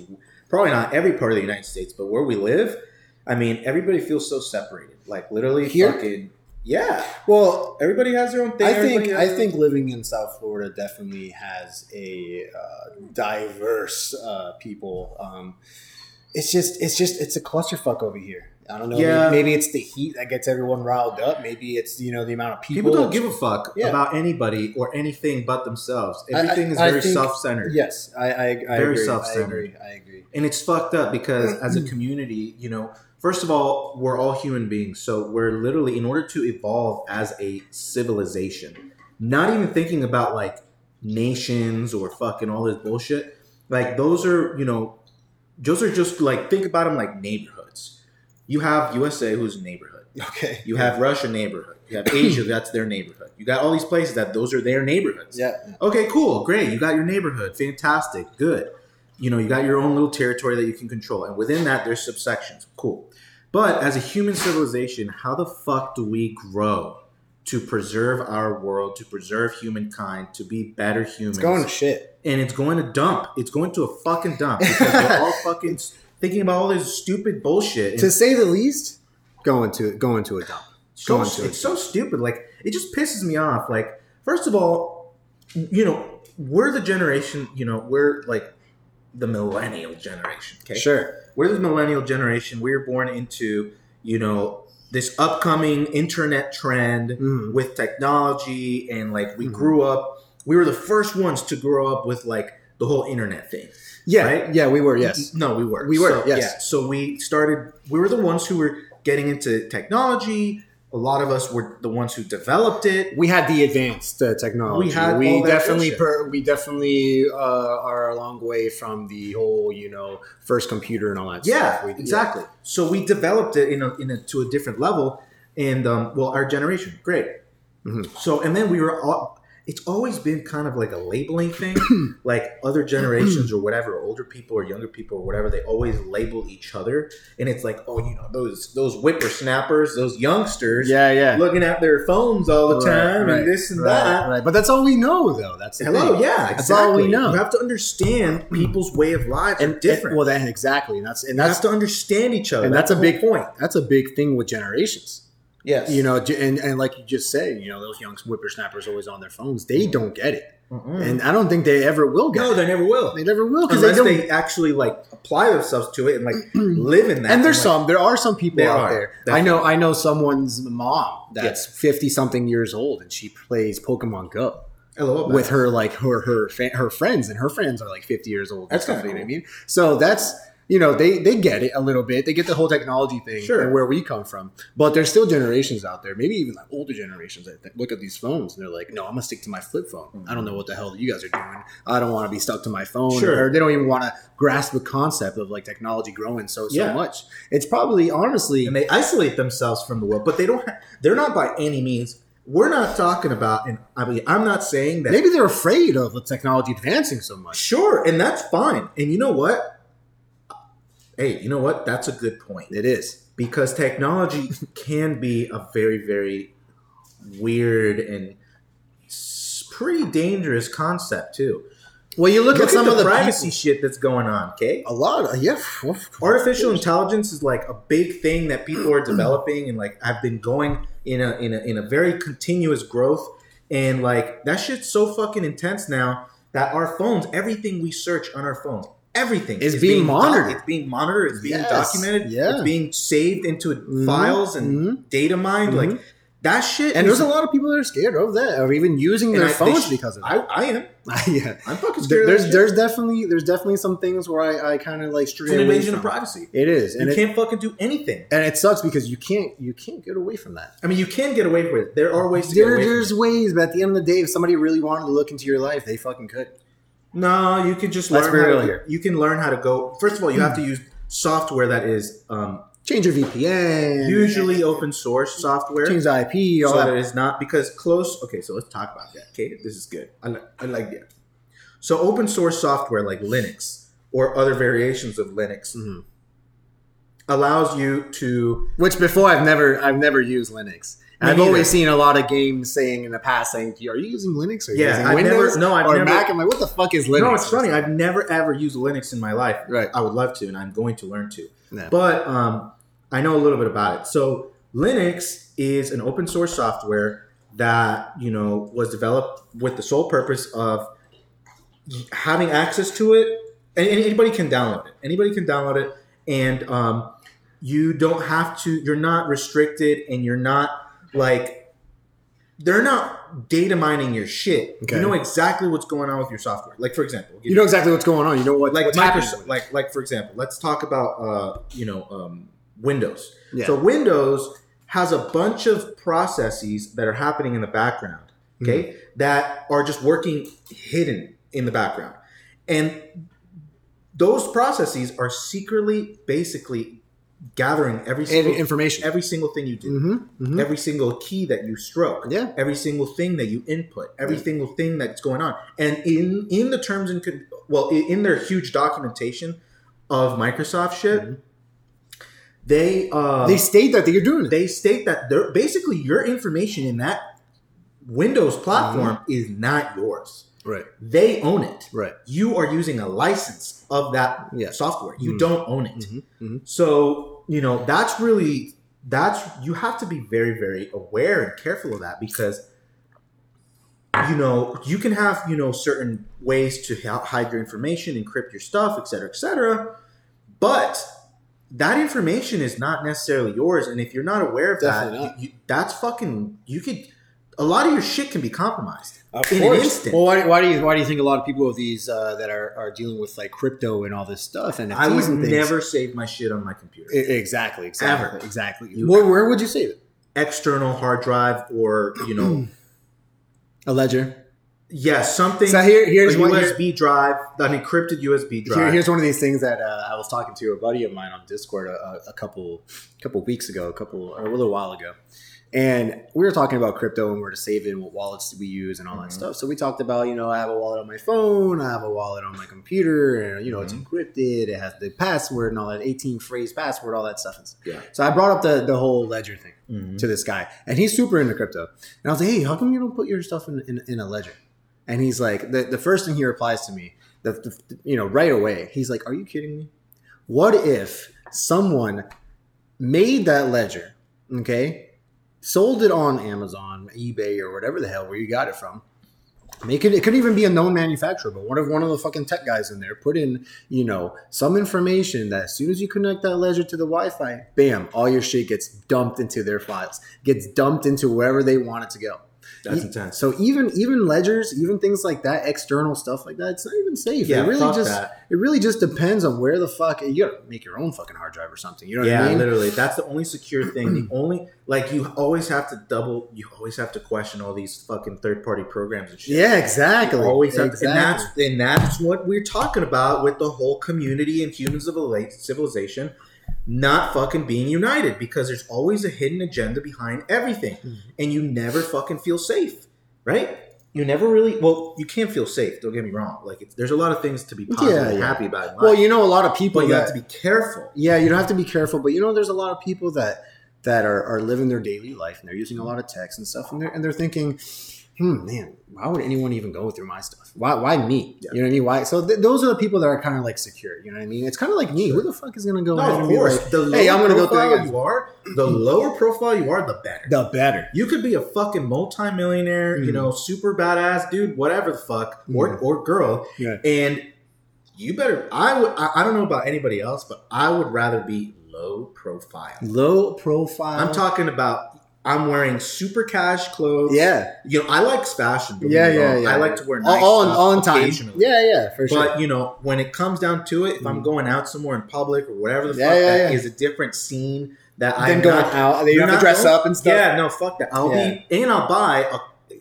Speaker 2: Probably not every part of the United States, but where we live, I mean, everybody feels so separated. Like literally,
Speaker 1: Here?
Speaker 2: fucking yeah.
Speaker 1: well,
Speaker 2: Everybody has their own thing.
Speaker 1: I think
Speaker 2: everybody
Speaker 1: I
Speaker 2: has their
Speaker 1: think living in South Florida definitely has a uh, diverse uh, people. Um, it's just it's just it's a clusterfuck over here. I don't know.
Speaker 2: Yeah.
Speaker 1: Maybe, maybe it's the heat that gets everyone riled up. Maybe it's you know the amount of people.
Speaker 2: People, don't give a fuck
Speaker 1: Yeah.
Speaker 2: about anybody or anything but themselves.
Speaker 1: I- I-
Speaker 2: Everything is
Speaker 1: I
Speaker 2: very
Speaker 1: think-
Speaker 2: self-centered.
Speaker 1: Yes, I I, I
Speaker 2: Very
Speaker 1: agree. I
Speaker 2: self-centered.
Speaker 1: agree. I agree.
Speaker 2: And it's fucked up because as a community, you know, first of all, we're all human beings. So we're literally in order to evolve as a civilization, not even thinking about like nations or fucking all this bullshit. Like those are, you know, those are just like think about them like neighborhoods. You have USA who's a neighborhood.
Speaker 1: Okay.
Speaker 2: You have Russia neighborhood. You have Asia, that's their neighborhood. You got all these places that those are their neighborhoods.
Speaker 1: Yeah.
Speaker 2: Okay, cool, great. You got your neighborhood, fantastic, good. You know, you got your own little territory that you can control, and within that, there's subsections. Cool. But as a human civilization, how the fuck do we grow to preserve our world, to preserve humankind, to be better humans?
Speaker 1: It's going to shit.
Speaker 2: and it's going to dump. It's going to a fucking dump because we're all fucking thinking about all this stupid bullshit. and
Speaker 1: To say the least, going to going to a dump.
Speaker 2: so
Speaker 1: Going to
Speaker 2: it's so stupid. Like it just pisses me off. Like first of all, you know we're the generation. You know we're like the millennial generation. Okay,
Speaker 1: Sure.
Speaker 2: we're the millennial generation. We were born into you know this upcoming internet trend
Speaker 1: Mhm.
Speaker 2: with technology, and like we
Speaker 1: Mhm.
Speaker 2: grew up. We were the first ones to grow up with like the whole internet thing.
Speaker 1: Yeah.
Speaker 2: Right?
Speaker 1: Yeah. We were. Yes.
Speaker 2: No, we were.
Speaker 1: We were,
Speaker 2: So,
Speaker 1: yes.
Speaker 2: So we started. We were the ones who were getting into technology. A lot of us were the ones who developed it.
Speaker 1: we had the advanced uh, technology.
Speaker 2: We had all that
Speaker 1: definitely
Speaker 2: bullshit.
Speaker 1: per, we definitely uh, are a long way from the whole you know first computer and all that.
Speaker 2: Yeah,
Speaker 1: stuff. We-
Speaker 2: exactly. So we developed it in a, in a, to a different level, and um, well, our generation, great.
Speaker 1: Mhm.
Speaker 2: So and then we were all. It's always been kind of like a labeling thing, like other generations or whatever, older people or younger people or whatever. They always label each other, and it's like, oh, you know, those those whippersnappers, those youngsters.
Speaker 1: Yeah, yeah.
Speaker 2: looking at their phones all the
Speaker 1: Right,
Speaker 2: time
Speaker 1: right,
Speaker 2: and this and
Speaker 1: right,
Speaker 2: that.
Speaker 1: right. But that's all we know, though. That's the
Speaker 2: Hello,
Speaker 1: thing.
Speaker 2: yeah, exactly.
Speaker 1: That's all we know.
Speaker 2: You have to understand people's way of life and different.
Speaker 1: well, that exactly. And that's and
Speaker 2: you have
Speaker 1: that's
Speaker 2: to understand each other.
Speaker 1: and that's, a
Speaker 2: the
Speaker 1: big
Speaker 2: whole point.
Speaker 1: That's a big thing with generations.
Speaker 2: Yes,
Speaker 1: You know, j- and, and like you just said, you know, those young whippersnappers always on their phones. They don't get it, and I don't think they ever will get
Speaker 2: Mm-hmm. no,
Speaker 1: it.
Speaker 2: they never will
Speaker 1: They never will because they
Speaker 2: unless
Speaker 1: don't.
Speaker 2: they, actually like apply themselves to it and like live in that.
Speaker 1: and there's
Speaker 2: like,
Speaker 1: some there are some people
Speaker 2: There
Speaker 1: out
Speaker 2: are,
Speaker 1: there i
Speaker 2: definitely.
Speaker 1: know i know someone's mom that's 50 something years old and she plays pokemon go
Speaker 2: LOL about
Speaker 1: with
Speaker 2: it.
Speaker 1: her like her her fa- her friends and her friends are like 50 years old and
Speaker 2: That's
Speaker 1: stuff,
Speaker 2: kinda
Speaker 1: you know what i
Speaker 2: cool.
Speaker 1: mean so that's you know they they get it a little bit they get the whole technology thing
Speaker 2: Sure.
Speaker 1: and where we come from but there's still generations out there maybe even like older generations that th- look at these phones and they're like no i'm gonna stick to my flip phone i don't know what the hell you guys are doing i don't want to be stuck to my phone
Speaker 2: Sure.
Speaker 1: or they don't even want to grasp the concept of like technology growing so so
Speaker 2: Yeah.
Speaker 1: much it's probably honestly
Speaker 2: and they isolate themselves from the world, but they don't. Ha- they're not by any means. We're not talking about, and I mean, I'm not saying that
Speaker 1: maybe they're afraid of the technology advancing so much
Speaker 2: Sure, and that's fine. And you know what? Hey, you know what? That's a good point
Speaker 1: it is
Speaker 2: because technology can be a very, very weird and s- pretty dangerous concept too.
Speaker 1: well you look, at, some of the
Speaker 2: privacy
Speaker 1: people-
Speaker 2: shit that's going on. Okay,
Speaker 1: a lot of, yeah of
Speaker 2: artificial intelligence is like a big thing that people are developing, and like I've been going in a in a in a very continuous growth, and like that shit's so fucking intense now that our phones, everything we search on our phones, everything
Speaker 1: It's
Speaker 2: is
Speaker 1: being
Speaker 2: doc-
Speaker 1: monitored.
Speaker 2: it's being monitored. It's being
Speaker 1: Yes,
Speaker 2: documented.
Speaker 1: yeah.
Speaker 2: It's being saved into
Speaker 1: Mhm,
Speaker 2: files and data mined.
Speaker 1: Mhm.
Speaker 2: Like that shit.
Speaker 1: And
Speaker 2: is-
Speaker 1: there's a lot of people that are scared of that, or even using
Speaker 2: And
Speaker 1: their
Speaker 2: I- they
Speaker 1: phones
Speaker 2: sh-
Speaker 1: because of
Speaker 2: I, I am.
Speaker 1: that. yeah,
Speaker 2: I'm
Speaker 1: There-
Speaker 2: fucking scared. of that
Speaker 1: there's
Speaker 2: shit.
Speaker 1: there's definitely there's definitely some things where I, I kind of like
Speaker 2: it's
Speaker 1: stray
Speaker 2: an
Speaker 1: away
Speaker 2: invasion of
Speaker 1: from.
Speaker 2: privacy.
Speaker 1: It is, and
Speaker 2: you
Speaker 1: it,
Speaker 2: can't fucking do anything.
Speaker 1: and it sucks because you can't you can't get away from that.
Speaker 2: I mean, you can get away with it. There are ways to
Speaker 1: There,
Speaker 2: get away.
Speaker 1: there's
Speaker 2: from
Speaker 1: ways, but at the end of the day, if somebody really wanted to look into your life, they fucking could.
Speaker 2: it. No, you can just
Speaker 1: Let's
Speaker 2: learn.
Speaker 1: be
Speaker 2: how
Speaker 1: real
Speaker 2: to,
Speaker 1: here. Hmm.
Speaker 2: You can learn how to go. First of all, you have to use software that is um,
Speaker 1: Change your VPN,
Speaker 2: usually open source software.
Speaker 1: change the IP, all
Speaker 2: so that
Speaker 1: that.
Speaker 2: it's not because close. Okay, so let's talk about that. Okay, this is good. I, li- I like that. So open source software like Linux or other variations of Linux
Speaker 1: Mhm.
Speaker 2: allows you to
Speaker 1: Which before I've never I've never used Linux. And
Speaker 2: Me
Speaker 1: I've
Speaker 2: neither.
Speaker 1: always seen a lot of games saying in the past saying, "Are you using Linux or are you
Speaker 2: Yeah,
Speaker 1: using
Speaker 2: I've never-
Speaker 1: Windows
Speaker 2: no, I've
Speaker 1: or
Speaker 2: never-
Speaker 1: Mac?" I'm like, "What the fuck is Linux?"
Speaker 2: No, it's funny.
Speaker 1: Or
Speaker 2: I've never ever used Linux in my life.
Speaker 1: something. right?
Speaker 2: I would love to, and I'm going to learn to.
Speaker 1: No.
Speaker 2: But um, I know a little bit about it. So Linux is an open source software that you know was developed with the sole purpose of having access to it, and, and anybody can download it. Anybody can download it, and um, you don't have to. You're not restricted, and you're not like they're not data mining your shit.
Speaker 1: Okay.
Speaker 2: You know exactly what's going on with your software. Like for example,
Speaker 1: you know exactly what's going on. You know what
Speaker 2: like
Speaker 1: what's
Speaker 2: Microsoft,
Speaker 1: happening.
Speaker 2: like like for example, let's talk about uh, you know um, Windows.
Speaker 1: Yeah.
Speaker 2: So Windows has a bunch of processes that are happening in the background,
Speaker 1: Mm-hmm.
Speaker 2: okay, that are just working hidden in the background, and those processes are secretly, basically, gathering every
Speaker 1: Every
Speaker 2: single,
Speaker 1: information.
Speaker 2: every single thing you do,
Speaker 1: mm-hmm, mm-hmm.
Speaker 2: every single key that you stroke,
Speaker 1: Yeah.
Speaker 2: every single thing that you input, every
Speaker 1: Right.
Speaker 2: single thing that's going on, and in in the terms and con- well, i- in their huge documentation of Microsoft shit,
Speaker 1: Mhm.
Speaker 2: they uh,
Speaker 1: they
Speaker 2: they,
Speaker 1: state that, that you're doing it.
Speaker 2: state that they're basically your information in that Windows platform is not yours.
Speaker 1: right,
Speaker 2: They own it.
Speaker 1: right.
Speaker 2: You are using a license of that
Speaker 1: Yes.
Speaker 2: software. You
Speaker 1: Mhm.
Speaker 2: don't own it.
Speaker 1: Mhm, mhm.
Speaker 2: So, you know, that's really that's you have to be very very aware and careful of that because you know, you can have, you know, certain ways to hi- hide your information, encrypt your stuff, et cetera, et cetera. But that information is not necessarily yours. And if you're not aware of that,
Speaker 1: Definitely not.
Speaker 2: you, you, that's fucking, you could, a lot of your shit can be compromised.
Speaker 1: Of
Speaker 2: In an
Speaker 1: course.
Speaker 2: instant.
Speaker 1: Well, why, why do you why do you think a lot of people of these uh, that are, are dealing with like crypto and all this stuff and
Speaker 2: I
Speaker 1: NFTs
Speaker 2: would
Speaker 1: and things-
Speaker 2: never save my shit on my computer.
Speaker 1: I- E-, exactly exactly
Speaker 2: Ever.
Speaker 1: exactly.
Speaker 2: You-
Speaker 1: Where, where would you save it?
Speaker 2: External hard drive or, you know,
Speaker 1: A ledger.
Speaker 2: yeah, something.
Speaker 1: So here here's
Speaker 2: a
Speaker 1: one. here-
Speaker 2: USB drive, an encrypted USB drive.
Speaker 1: Here, here's one of these things that uh, I was talking to a buddy of mine on Discord a, a, a couple couple weeks ago, a couple or a little while ago, and we were talking about crypto and where to save it, and what wallets we use, and all
Speaker 2: Mhm.
Speaker 1: that stuff. So we talked about you know I have a wallet on my phone, I have a wallet on my computer, and you know it's encrypted, it has the password and all that, eighteen phrase password, all that stuff.
Speaker 2: Yeah.
Speaker 1: So I brought up the the whole ledger thing
Speaker 2: Mhm.
Speaker 1: to this guy, and he's super into crypto. And I was like, "Hey, how come you don't put your stuff in, in, in a ledger?" And he's like, the, "The first thing he replies to me, the, the, you know, right away, he's like, "Are you kidding me? What if someone made that ledger, okay, sold it on Amazon, eBay, or whatever the hell where you got it from?" Make it, it could even be a known manufacturer, but one of one of the fucking tech guys in there put in, you know, some information that as soon as you connect that ledger to the Wi-Fi, bam, all your shit gets dumped into their files, gets dumped into wherever they want it to go.
Speaker 2: That's
Speaker 1: E-
Speaker 2: intense.
Speaker 1: So even even ledgers, even things like that, external stuff like that, it's not even safe.
Speaker 2: Yeah,
Speaker 1: it really
Speaker 2: fuck
Speaker 1: just
Speaker 2: that.
Speaker 1: it really just depends on where the fuck you gotta make your own fucking hard drive or something. You know what
Speaker 2: yeah,
Speaker 1: I mean? Mm-hmm.
Speaker 2: literally. That's the only secure thing. The only like you always have to double. You always have to question all these fucking third party programs and shit.
Speaker 1: Yeah,
Speaker 2: You
Speaker 1: exactly.
Speaker 2: always have to,
Speaker 1: exactly.
Speaker 2: and that's and that's what we're talking about with the whole community and humans of a civilization not fucking being united because there's always a hidden agenda behind everything,
Speaker 1: Mhm.
Speaker 2: and you never fucking feel safe, right? You never really. Well, you can feel safe. Don't get me wrong. Like it's, there's a lot of things to be positive
Speaker 1: Yeah,
Speaker 2: and
Speaker 1: yeah.
Speaker 2: happy about. In life,
Speaker 1: well, you know, a lot of people
Speaker 2: but you
Speaker 1: that,
Speaker 2: have to be careful.
Speaker 1: yeah, you don't have to be careful, but you know, there's a lot of people that that are, are living their daily life and they're using a lot of text and stuff, and they're and they're thinking, hmm, man, why would anyone even go through my stuff? Why, why me?
Speaker 2: Yeah.
Speaker 1: You know what I mean? Why? So th- those are the people that are kind of like secure. You know what I mean? It's kind of like me. Who the fuck is gonna go?
Speaker 2: No,
Speaker 1: ahead
Speaker 2: of
Speaker 1: and be
Speaker 2: course.
Speaker 1: like,
Speaker 2: the lower
Speaker 1: hey, I'm gonna go through
Speaker 2: profile
Speaker 1: again.
Speaker 2: you are, the lower profile you are, the better.
Speaker 1: the better.
Speaker 2: You could be a fucking multimillionaire, you
Speaker 1: Mhm. Mm.
Speaker 2: know, super badass dude, whatever the fuck, or
Speaker 1: Mhm.
Speaker 2: or girl,
Speaker 1: Yeah.
Speaker 2: and you better. I would. I, I don't know about anybody else, but I would rather be low profile.
Speaker 1: Low profile.
Speaker 2: I'm talking about. I'm wearing super cash clothes.
Speaker 1: Yeah.
Speaker 2: You know, I like fashion. don't get
Speaker 1: Yeah,
Speaker 2: me
Speaker 1: yeah,
Speaker 2: wrong.
Speaker 1: yeah.
Speaker 2: I like to wear
Speaker 1: all,
Speaker 2: nice
Speaker 1: all, in,
Speaker 2: stuff
Speaker 1: all in time.
Speaker 2: occasionally.
Speaker 1: Yeah, yeah, for sure. Mm.
Speaker 2: But you know, when it comes down to it, if I'm going out somewhere in public or whatever the
Speaker 1: Yeah,
Speaker 2: fuck,
Speaker 1: yeah,
Speaker 2: that
Speaker 1: yeah.
Speaker 2: is a different scene that
Speaker 1: Then
Speaker 2: I'm
Speaker 1: going
Speaker 2: not.
Speaker 1: out, you
Speaker 2: you're
Speaker 1: have to
Speaker 2: not
Speaker 1: dress
Speaker 2: going-
Speaker 1: up and stuff.
Speaker 2: Yeah, no, fuck that. I'll be and I'll buy. A,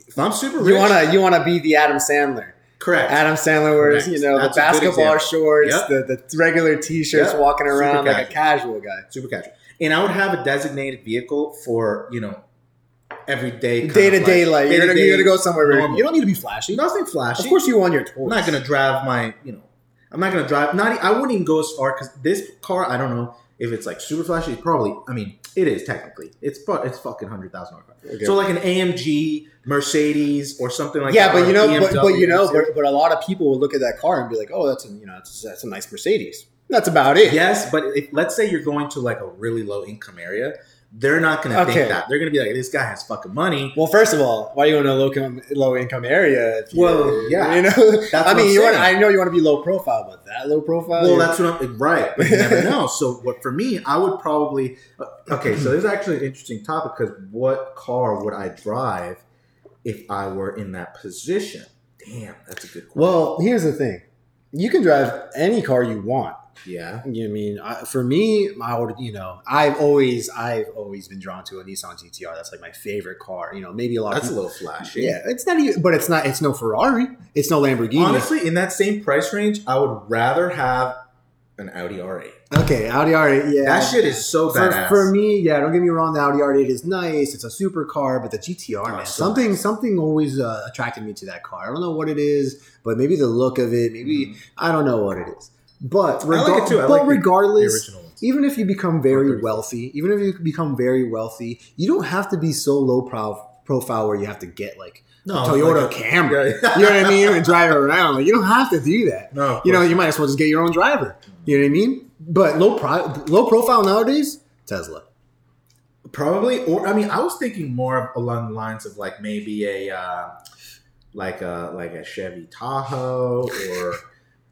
Speaker 2: if I'm super rich,
Speaker 1: You wanna you wanna be the Adam Sandler.
Speaker 2: correct.
Speaker 1: Adam Sandler wears
Speaker 2: Correct.
Speaker 1: you know
Speaker 2: That's
Speaker 1: the
Speaker 2: a good
Speaker 1: basketball
Speaker 2: example.
Speaker 1: shorts,
Speaker 2: Yep.
Speaker 1: the, the regular t-shirts,
Speaker 2: Yep.
Speaker 1: walking
Speaker 2: Super
Speaker 1: around like a casual guy.
Speaker 2: super casual. And I would have a designated vehicle for you know everyday kind
Speaker 1: Day to
Speaker 2: of
Speaker 1: day life. You're gonna,
Speaker 2: day-to-day
Speaker 1: you're gonna go somewhere where
Speaker 2: normal.
Speaker 1: you don't need to be flashy.
Speaker 2: Nothing flashy.
Speaker 1: Of course, you want your toys.
Speaker 2: I'm not gonna drive my you know. I'm not gonna drive. Not e- I wouldn't even go as far because this car. I don't know if it's like super flashy. It's probably. I mean, it is technically. It's but it's fucking hundred thousand dollar car.
Speaker 1: Okay.
Speaker 2: So like an AMG, Mercedes, or something like
Speaker 1: yeah,
Speaker 2: that. or
Speaker 1: but you
Speaker 2: a
Speaker 1: know, but, but
Speaker 2: BMW,
Speaker 1: you know,
Speaker 2: Mercedes.
Speaker 1: but, but a lot of people will look at that car and be like, "Oh, that's a you know, that's, that's a nice Mercedes." That's about it.
Speaker 2: yes, but if, let's say you're going to like a really low income area, they're not gonna
Speaker 1: Okay.
Speaker 2: think that. They're gonna be like, this guy has fucking money.
Speaker 1: Well, first of all, why do you want a low income low income area? If you,
Speaker 2: Well, yeah.
Speaker 1: you know,
Speaker 2: That's
Speaker 1: I
Speaker 2: what
Speaker 1: mean,
Speaker 2: I'm
Speaker 1: you want.
Speaker 2: saying.
Speaker 1: I know you want to be low profile, but that low profile.
Speaker 2: Well,
Speaker 1: you're-
Speaker 2: that's what I'm right. But you never know. So, what for me, I would probably uh, okay. So, this is actually an interesting topic because what car would I drive if I were in that position? Damn, that's a good question.
Speaker 1: well. Here's the thing: you can drive any car you want.
Speaker 2: yeah,
Speaker 1: You know what I mean, I, for me, I would. You know, I've always, I've always been drawn to a Nissan GTR. That's like my favorite car. You know, maybe a lot.
Speaker 2: that's a
Speaker 1: of
Speaker 2: little flashy.
Speaker 1: yeah, it's not even, but it's not. It's no Ferrari. It's no Lamborghini.
Speaker 2: Honestly, in that same price range, I would rather have an Audi R8.
Speaker 1: okay, Audi R8. Yeah,
Speaker 2: That shit is so
Speaker 1: for,
Speaker 2: badass.
Speaker 1: for me, yeah, don't get me wrong. The Audi R8 is nice; it's a supercar, but the GTR,
Speaker 2: Oh,
Speaker 1: man,
Speaker 2: so
Speaker 1: something something always uh, attracted me to that car. I don't know what it is, but maybe the look of it, maybe
Speaker 2: Mhm.
Speaker 1: I don't know what it is. But,
Speaker 2: like
Speaker 1: regar-
Speaker 2: it too. I
Speaker 1: but
Speaker 2: like the- the
Speaker 1: regardless,
Speaker 2: original ones.
Speaker 1: even if you become very
Speaker 2: Agreed.
Speaker 1: wealthy, even if you become very wealthy, you don't have to be so low prof- profile where you have to get Oh, like
Speaker 2: No,
Speaker 1: a Toyota
Speaker 2: like
Speaker 1: Camry.
Speaker 2: yeah.
Speaker 1: You know what I mean? And drive it around. Like, you don't have to do that
Speaker 2: no, of
Speaker 1: you know,
Speaker 2: course.
Speaker 1: you might as well just get your own driver. You know what I mean? But low pro- low profile nowadays, Tesla.
Speaker 2: Probably, or I mean, I was thinking more of along the lines of like maybe a uh, like a like a Chevy Tahoe, or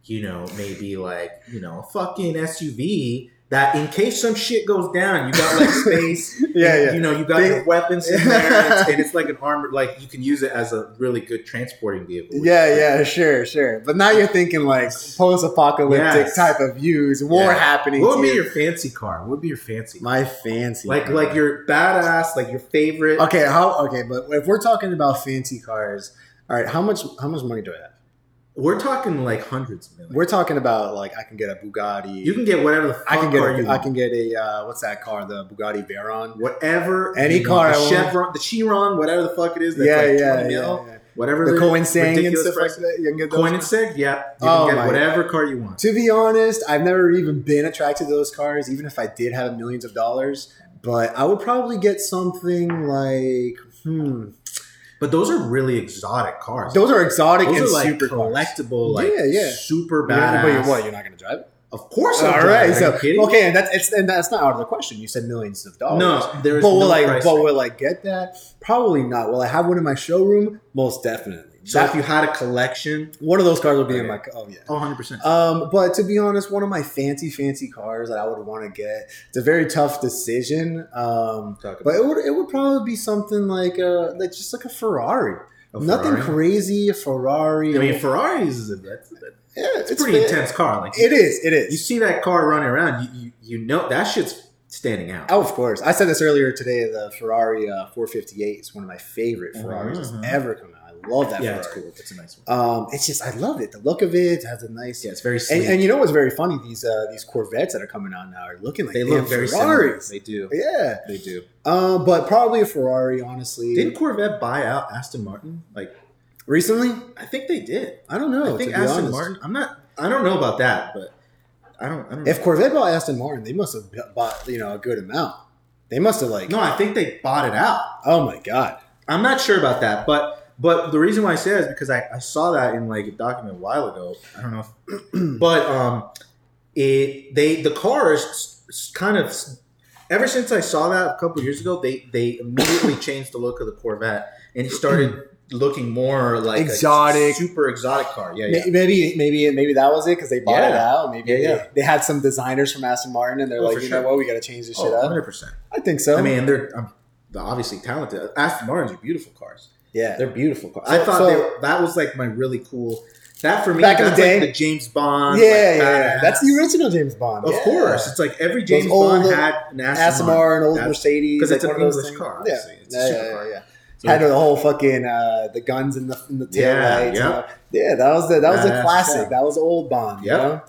Speaker 2: you know, maybe like you know, a fucking SUV that in case some shit goes down, you got like space. you know, you got
Speaker 1: They-
Speaker 2: your weapons in there, and it's, and it's like an armored, like you can use it as a really good transporting vehicle. which
Speaker 1: Yeah,
Speaker 2: is-
Speaker 1: yeah, sure, sure. But now you're thinking like post-apocalyptic
Speaker 2: Yes.
Speaker 1: type of views, war
Speaker 2: Yeah.
Speaker 1: happening.
Speaker 2: What
Speaker 1: to
Speaker 2: would be
Speaker 1: you.
Speaker 2: your fancy car? What would be your fancy?
Speaker 1: my fancy?
Speaker 2: like
Speaker 1: car.
Speaker 2: like your badass, like your favorite.
Speaker 1: okay, how okay? But if we're talking about fancy cars, all right, how much how much money do I have?
Speaker 2: We're talking like hundreds of millions.
Speaker 1: We're talking about like I can get a Bugatti.
Speaker 2: You can get whatever the fuck
Speaker 1: I can get
Speaker 2: car you
Speaker 1: a, I
Speaker 2: want.
Speaker 1: can get a uh, what's that car? The Bugatti Veyron.
Speaker 2: whatever
Speaker 1: Any
Speaker 2: you
Speaker 1: car
Speaker 2: want.
Speaker 1: I want.
Speaker 2: the Chevron, the Chiron, whatever the fuck it is. That's
Speaker 1: Yeah,
Speaker 2: like
Speaker 1: yeah,
Speaker 2: 20 mil,
Speaker 1: yeah, yeah.
Speaker 2: Whatever
Speaker 1: The
Speaker 2: the
Speaker 1: Coin Sang and
Speaker 2: ridiculous
Speaker 1: stuff like
Speaker 2: price-
Speaker 1: that. You can get those.
Speaker 2: Coin and Sig, yeah. You
Speaker 1: Oh
Speaker 2: can
Speaker 1: my
Speaker 2: get whatever car you want.
Speaker 1: To be honest, I've never even been attracted to those cars, even if I did have millions of dollars. But I would probably get something like, hmm,
Speaker 2: But those are really exotic cars.
Speaker 1: those are exotic
Speaker 2: Those
Speaker 1: and
Speaker 2: are like
Speaker 1: super
Speaker 2: collectible, like
Speaker 1: Yeah, yeah.
Speaker 2: super
Speaker 1: But
Speaker 2: badass.
Speaker 1: you- what? You're not going to drive it?
Speaker 2: Of course,
Speaker 1: All
Speaker 2: I'm
Speaker 1: right. So
Speaker 2: kidding?
Speaker 1: okay, and that's it's, and that's not out of the question. You said millions of dollars.
Speaker 2: No, there
Speaker 1: but
Speaker 2: is
Speaker 1: will
Speaker 2: no
Speaker 1: I?
Speaker 2: price
Speaker 1: But
Speaker 2: tag.
Speaker 1: will I get that? Probably not. Will I have one in my showroom? Most definitely.
Speaker 2: So
Speaker 1: That-
Speaker 2: if you had a collection,
Speaker 1: one of those cars will be in my. co- Oh yeah.
Speaker 2: oh, 100 percent.
Speaker 1: Um, but to be honest, one of my fancy, fancy cars that I would want to get, it's a very tough decision. Um, but it would, it would probably be something like a, like just like a Ferrari. Nothing crazy, a Ferrari.
Speaker 2: I mean, Ferraris is a that's, that's
Speaker 1: yeah, it's,
Speaker 2: a pretty intense car. Like
Speaker 1: It is, it
Speaker 2: you
Speaker 1: is.
Speaker 2: see that car running around, you you, you know that shit's standing out.
Speaker 1: Oh, of course. I said this earlier today. The Ferrari uh, 458 is one of my favorite Ferraris
Speaker 2: Mhm.
Speaker 1: that's ever come out. I love that Ferrari.
Speaker 2: yeah, it's cool. It's a nice one.
Speaker 1: Um, it's just I love it. The look of it, it has a nice
Speaker 2: Yeah, it's very sleek.
Speaker 1: And, and you know what's very funny? These uh, these Corvettes that are coming out now are looking like
Speaker 2: they
Speaker 1: damn
Speaker 2: look very similar.
Speaker 1: Ferraris.
Speaker 2: They do.
Speaker 1: Yeah,
Speaker 2: They do.
Speaker 1: um, but probably a Ferrari. Honestly,
Speaker 2: Didn't Corvette buy out Aston Martin? Like,
Speaker 1: recently,
Speaker 2: I think they did.
Speaker 1: I don't know.
Speaker 2: I think
Speaker 1: to be
Speaker 2: Aston
Speaker 1: honest.
Speaker 2: Martin. I'm not. I don't know about that, but I don't. I don't.
Speaker 1: If Corvette bought Aston Martin, they must have bu- bought you know a good amount. They must have like,
Speaker 2: know. no, I think they bought it out.
Speaker 1: oh my god,
Speaker 2: I'm not sure about that, but but the reason why I say that is because I, I saw that in like a document a while ago. I don't know, if, but um, it they the cars s- s- kind of s- ever since I saw that a couple years ago, they they immediately changed the look of the Corvette and started looking more like a
Speaker 1: Exotic.
Speaker 2: super exotic car. Yeah, yeah.
Speaker 1: May- Maybe maybe maybe that was it because they bought it
Speaker 2: Yeah.
Speaker 1: out. Maybe
Speaker 2: Yeah, yeah.
Speaker 1: They, they had some designers from Aston Martin and they're
Speaker 2: Oh,
Speaker 1: like,
Speaker 2: for
Speaker 1: you
Speaker 2: sure.
Speaker 1: know what, we got to change this shit
Speaker 2: Oh,
Speaker 1: up.
Speaker 2: 100%.
Speaker 1: I think so.
Speaker 2: I mean, they're um, they're obviously talented. Aston Martins are beautiful cars.
Speaker 1: yeah,
Speaker 2: They're beautiful cars.
Speaker 1: So-
Speaker 2: I thought
Speaker 1: so-
Speaker 2: they were, that was like my really cool. That for me,
Speaker 1: Back in the
Speaker 2: that's like
Speaker 1: day?
Speaker 2: the James Bond.
Speaker 1: yeah,
Speaker 2: like,
Speaker 1: yeah, yeah.
Speaker 2: badass.
Speaker 1: That's the original James Bond.
Speaker 2: Of
Speaker 1: Yeah.
Speaker 2: course, it's like every James
Speaker 1: old
Speaker 2: Bond
Speaker 1: little
Speaker 2: had an Aston,
Speaker 1: Aston
Speaker 2: Martin.
Speaker 1: Martin, old
Speaker 2: That's-
Speaker 1: Mercedes,
Speaker 2: because it's
Speaker 1: like
Speaker 2: an
Speaker 1: one of those
Speaker 2: English
Speaker 1: things.
Speaker 2: car,
Speaker 1: Yeah,
Speaker 2: obviously. It's a
Speaker 1: yeah,
Speaker 2: supercar.
Speaker 1: yeah, yeah.
Speaker 2: So-
Speaker 1: Had the whole fucking uh, the guns in the in the tail
Speaker 2: Yeah,
Speaker 1: lights.
Speaker 2: yeah.
Speaker 1: Yeah. yeah, that was the that was the
Speaker 2: Badass
Speaker 1: classic.
Speaker 2: stuff.
Speaker 1: That was old Bond. Yeah,
Speaker 2: Yeah.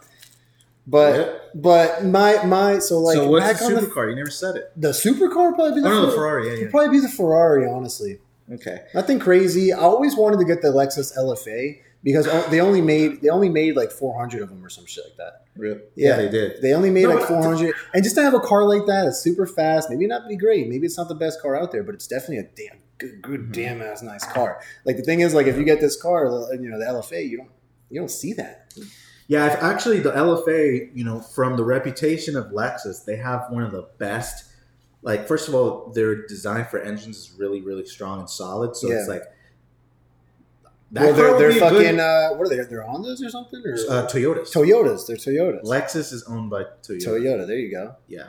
Speaker 1: but
Speaker 2: Yeah.
Speaker 1: but my my so like
Speaker 2: so what's
Speaker 1: back
Speaker 2: the
Speaker 1: on
Speaker 2: supercar? you never said it.
Speaker 1: the the supercar probably be
Speaker 2: Oh
Speaker 1: the
Speaker 2: no, the
Speaker 1: Fer-
Speaker 2: Ferrari. Yeah,
Speaker 1: it'd probably be the Ferrari. Honestly,
Speaker 2: yeah. Okay.
Speaker 1: nothing crazy. I always wanted to get the Lexus LFA because o- they only made they only made like four hundred of them or some shit like that.
Speaker 2: Really?
Speaker 1: Yeah.
Speaker 2: Yeah, they did.
Speaker 1: They only made
Speaker 2: No,
Speaker 1: like
Speaker 2: but-
Speaker 1: 400. And just to have a car like that, it's super fast. Maybe not be great. Maybe it's not the best car out there, but it's definitely a damn good, good
Speaker 2: Mhm.
Speaker 1: damn ass nice car. Like the thing is, like if you get this car, uh, you know the LFA, you don't you don't see that.
Speaker 2: Yeah, if actually the LFA, you know, from the reputation of Lexus, they have one of the best. Like, first of all, their design for engines is really, really strong and solid. So it's
Speaker 1: Yeah.
Speaker 2: like
Speaker 1: well,
Speaker 2: car
Speaker 1: they're
Speaker 2: would
Speaker 1: they're
Speaker 2: be a
Speaker 1: fucking
Speaker 2: good,
Speaker 1: uh, what are they? They're Hondas or something or
Speaker 2: uh, Toyotas.
Speaker 1: Toyotas. They're Toyotas.
Speaker 2: Lexus is owned by Toyota.
Speaker 1: Toyota. There you go.
Speaker 2: Yeah,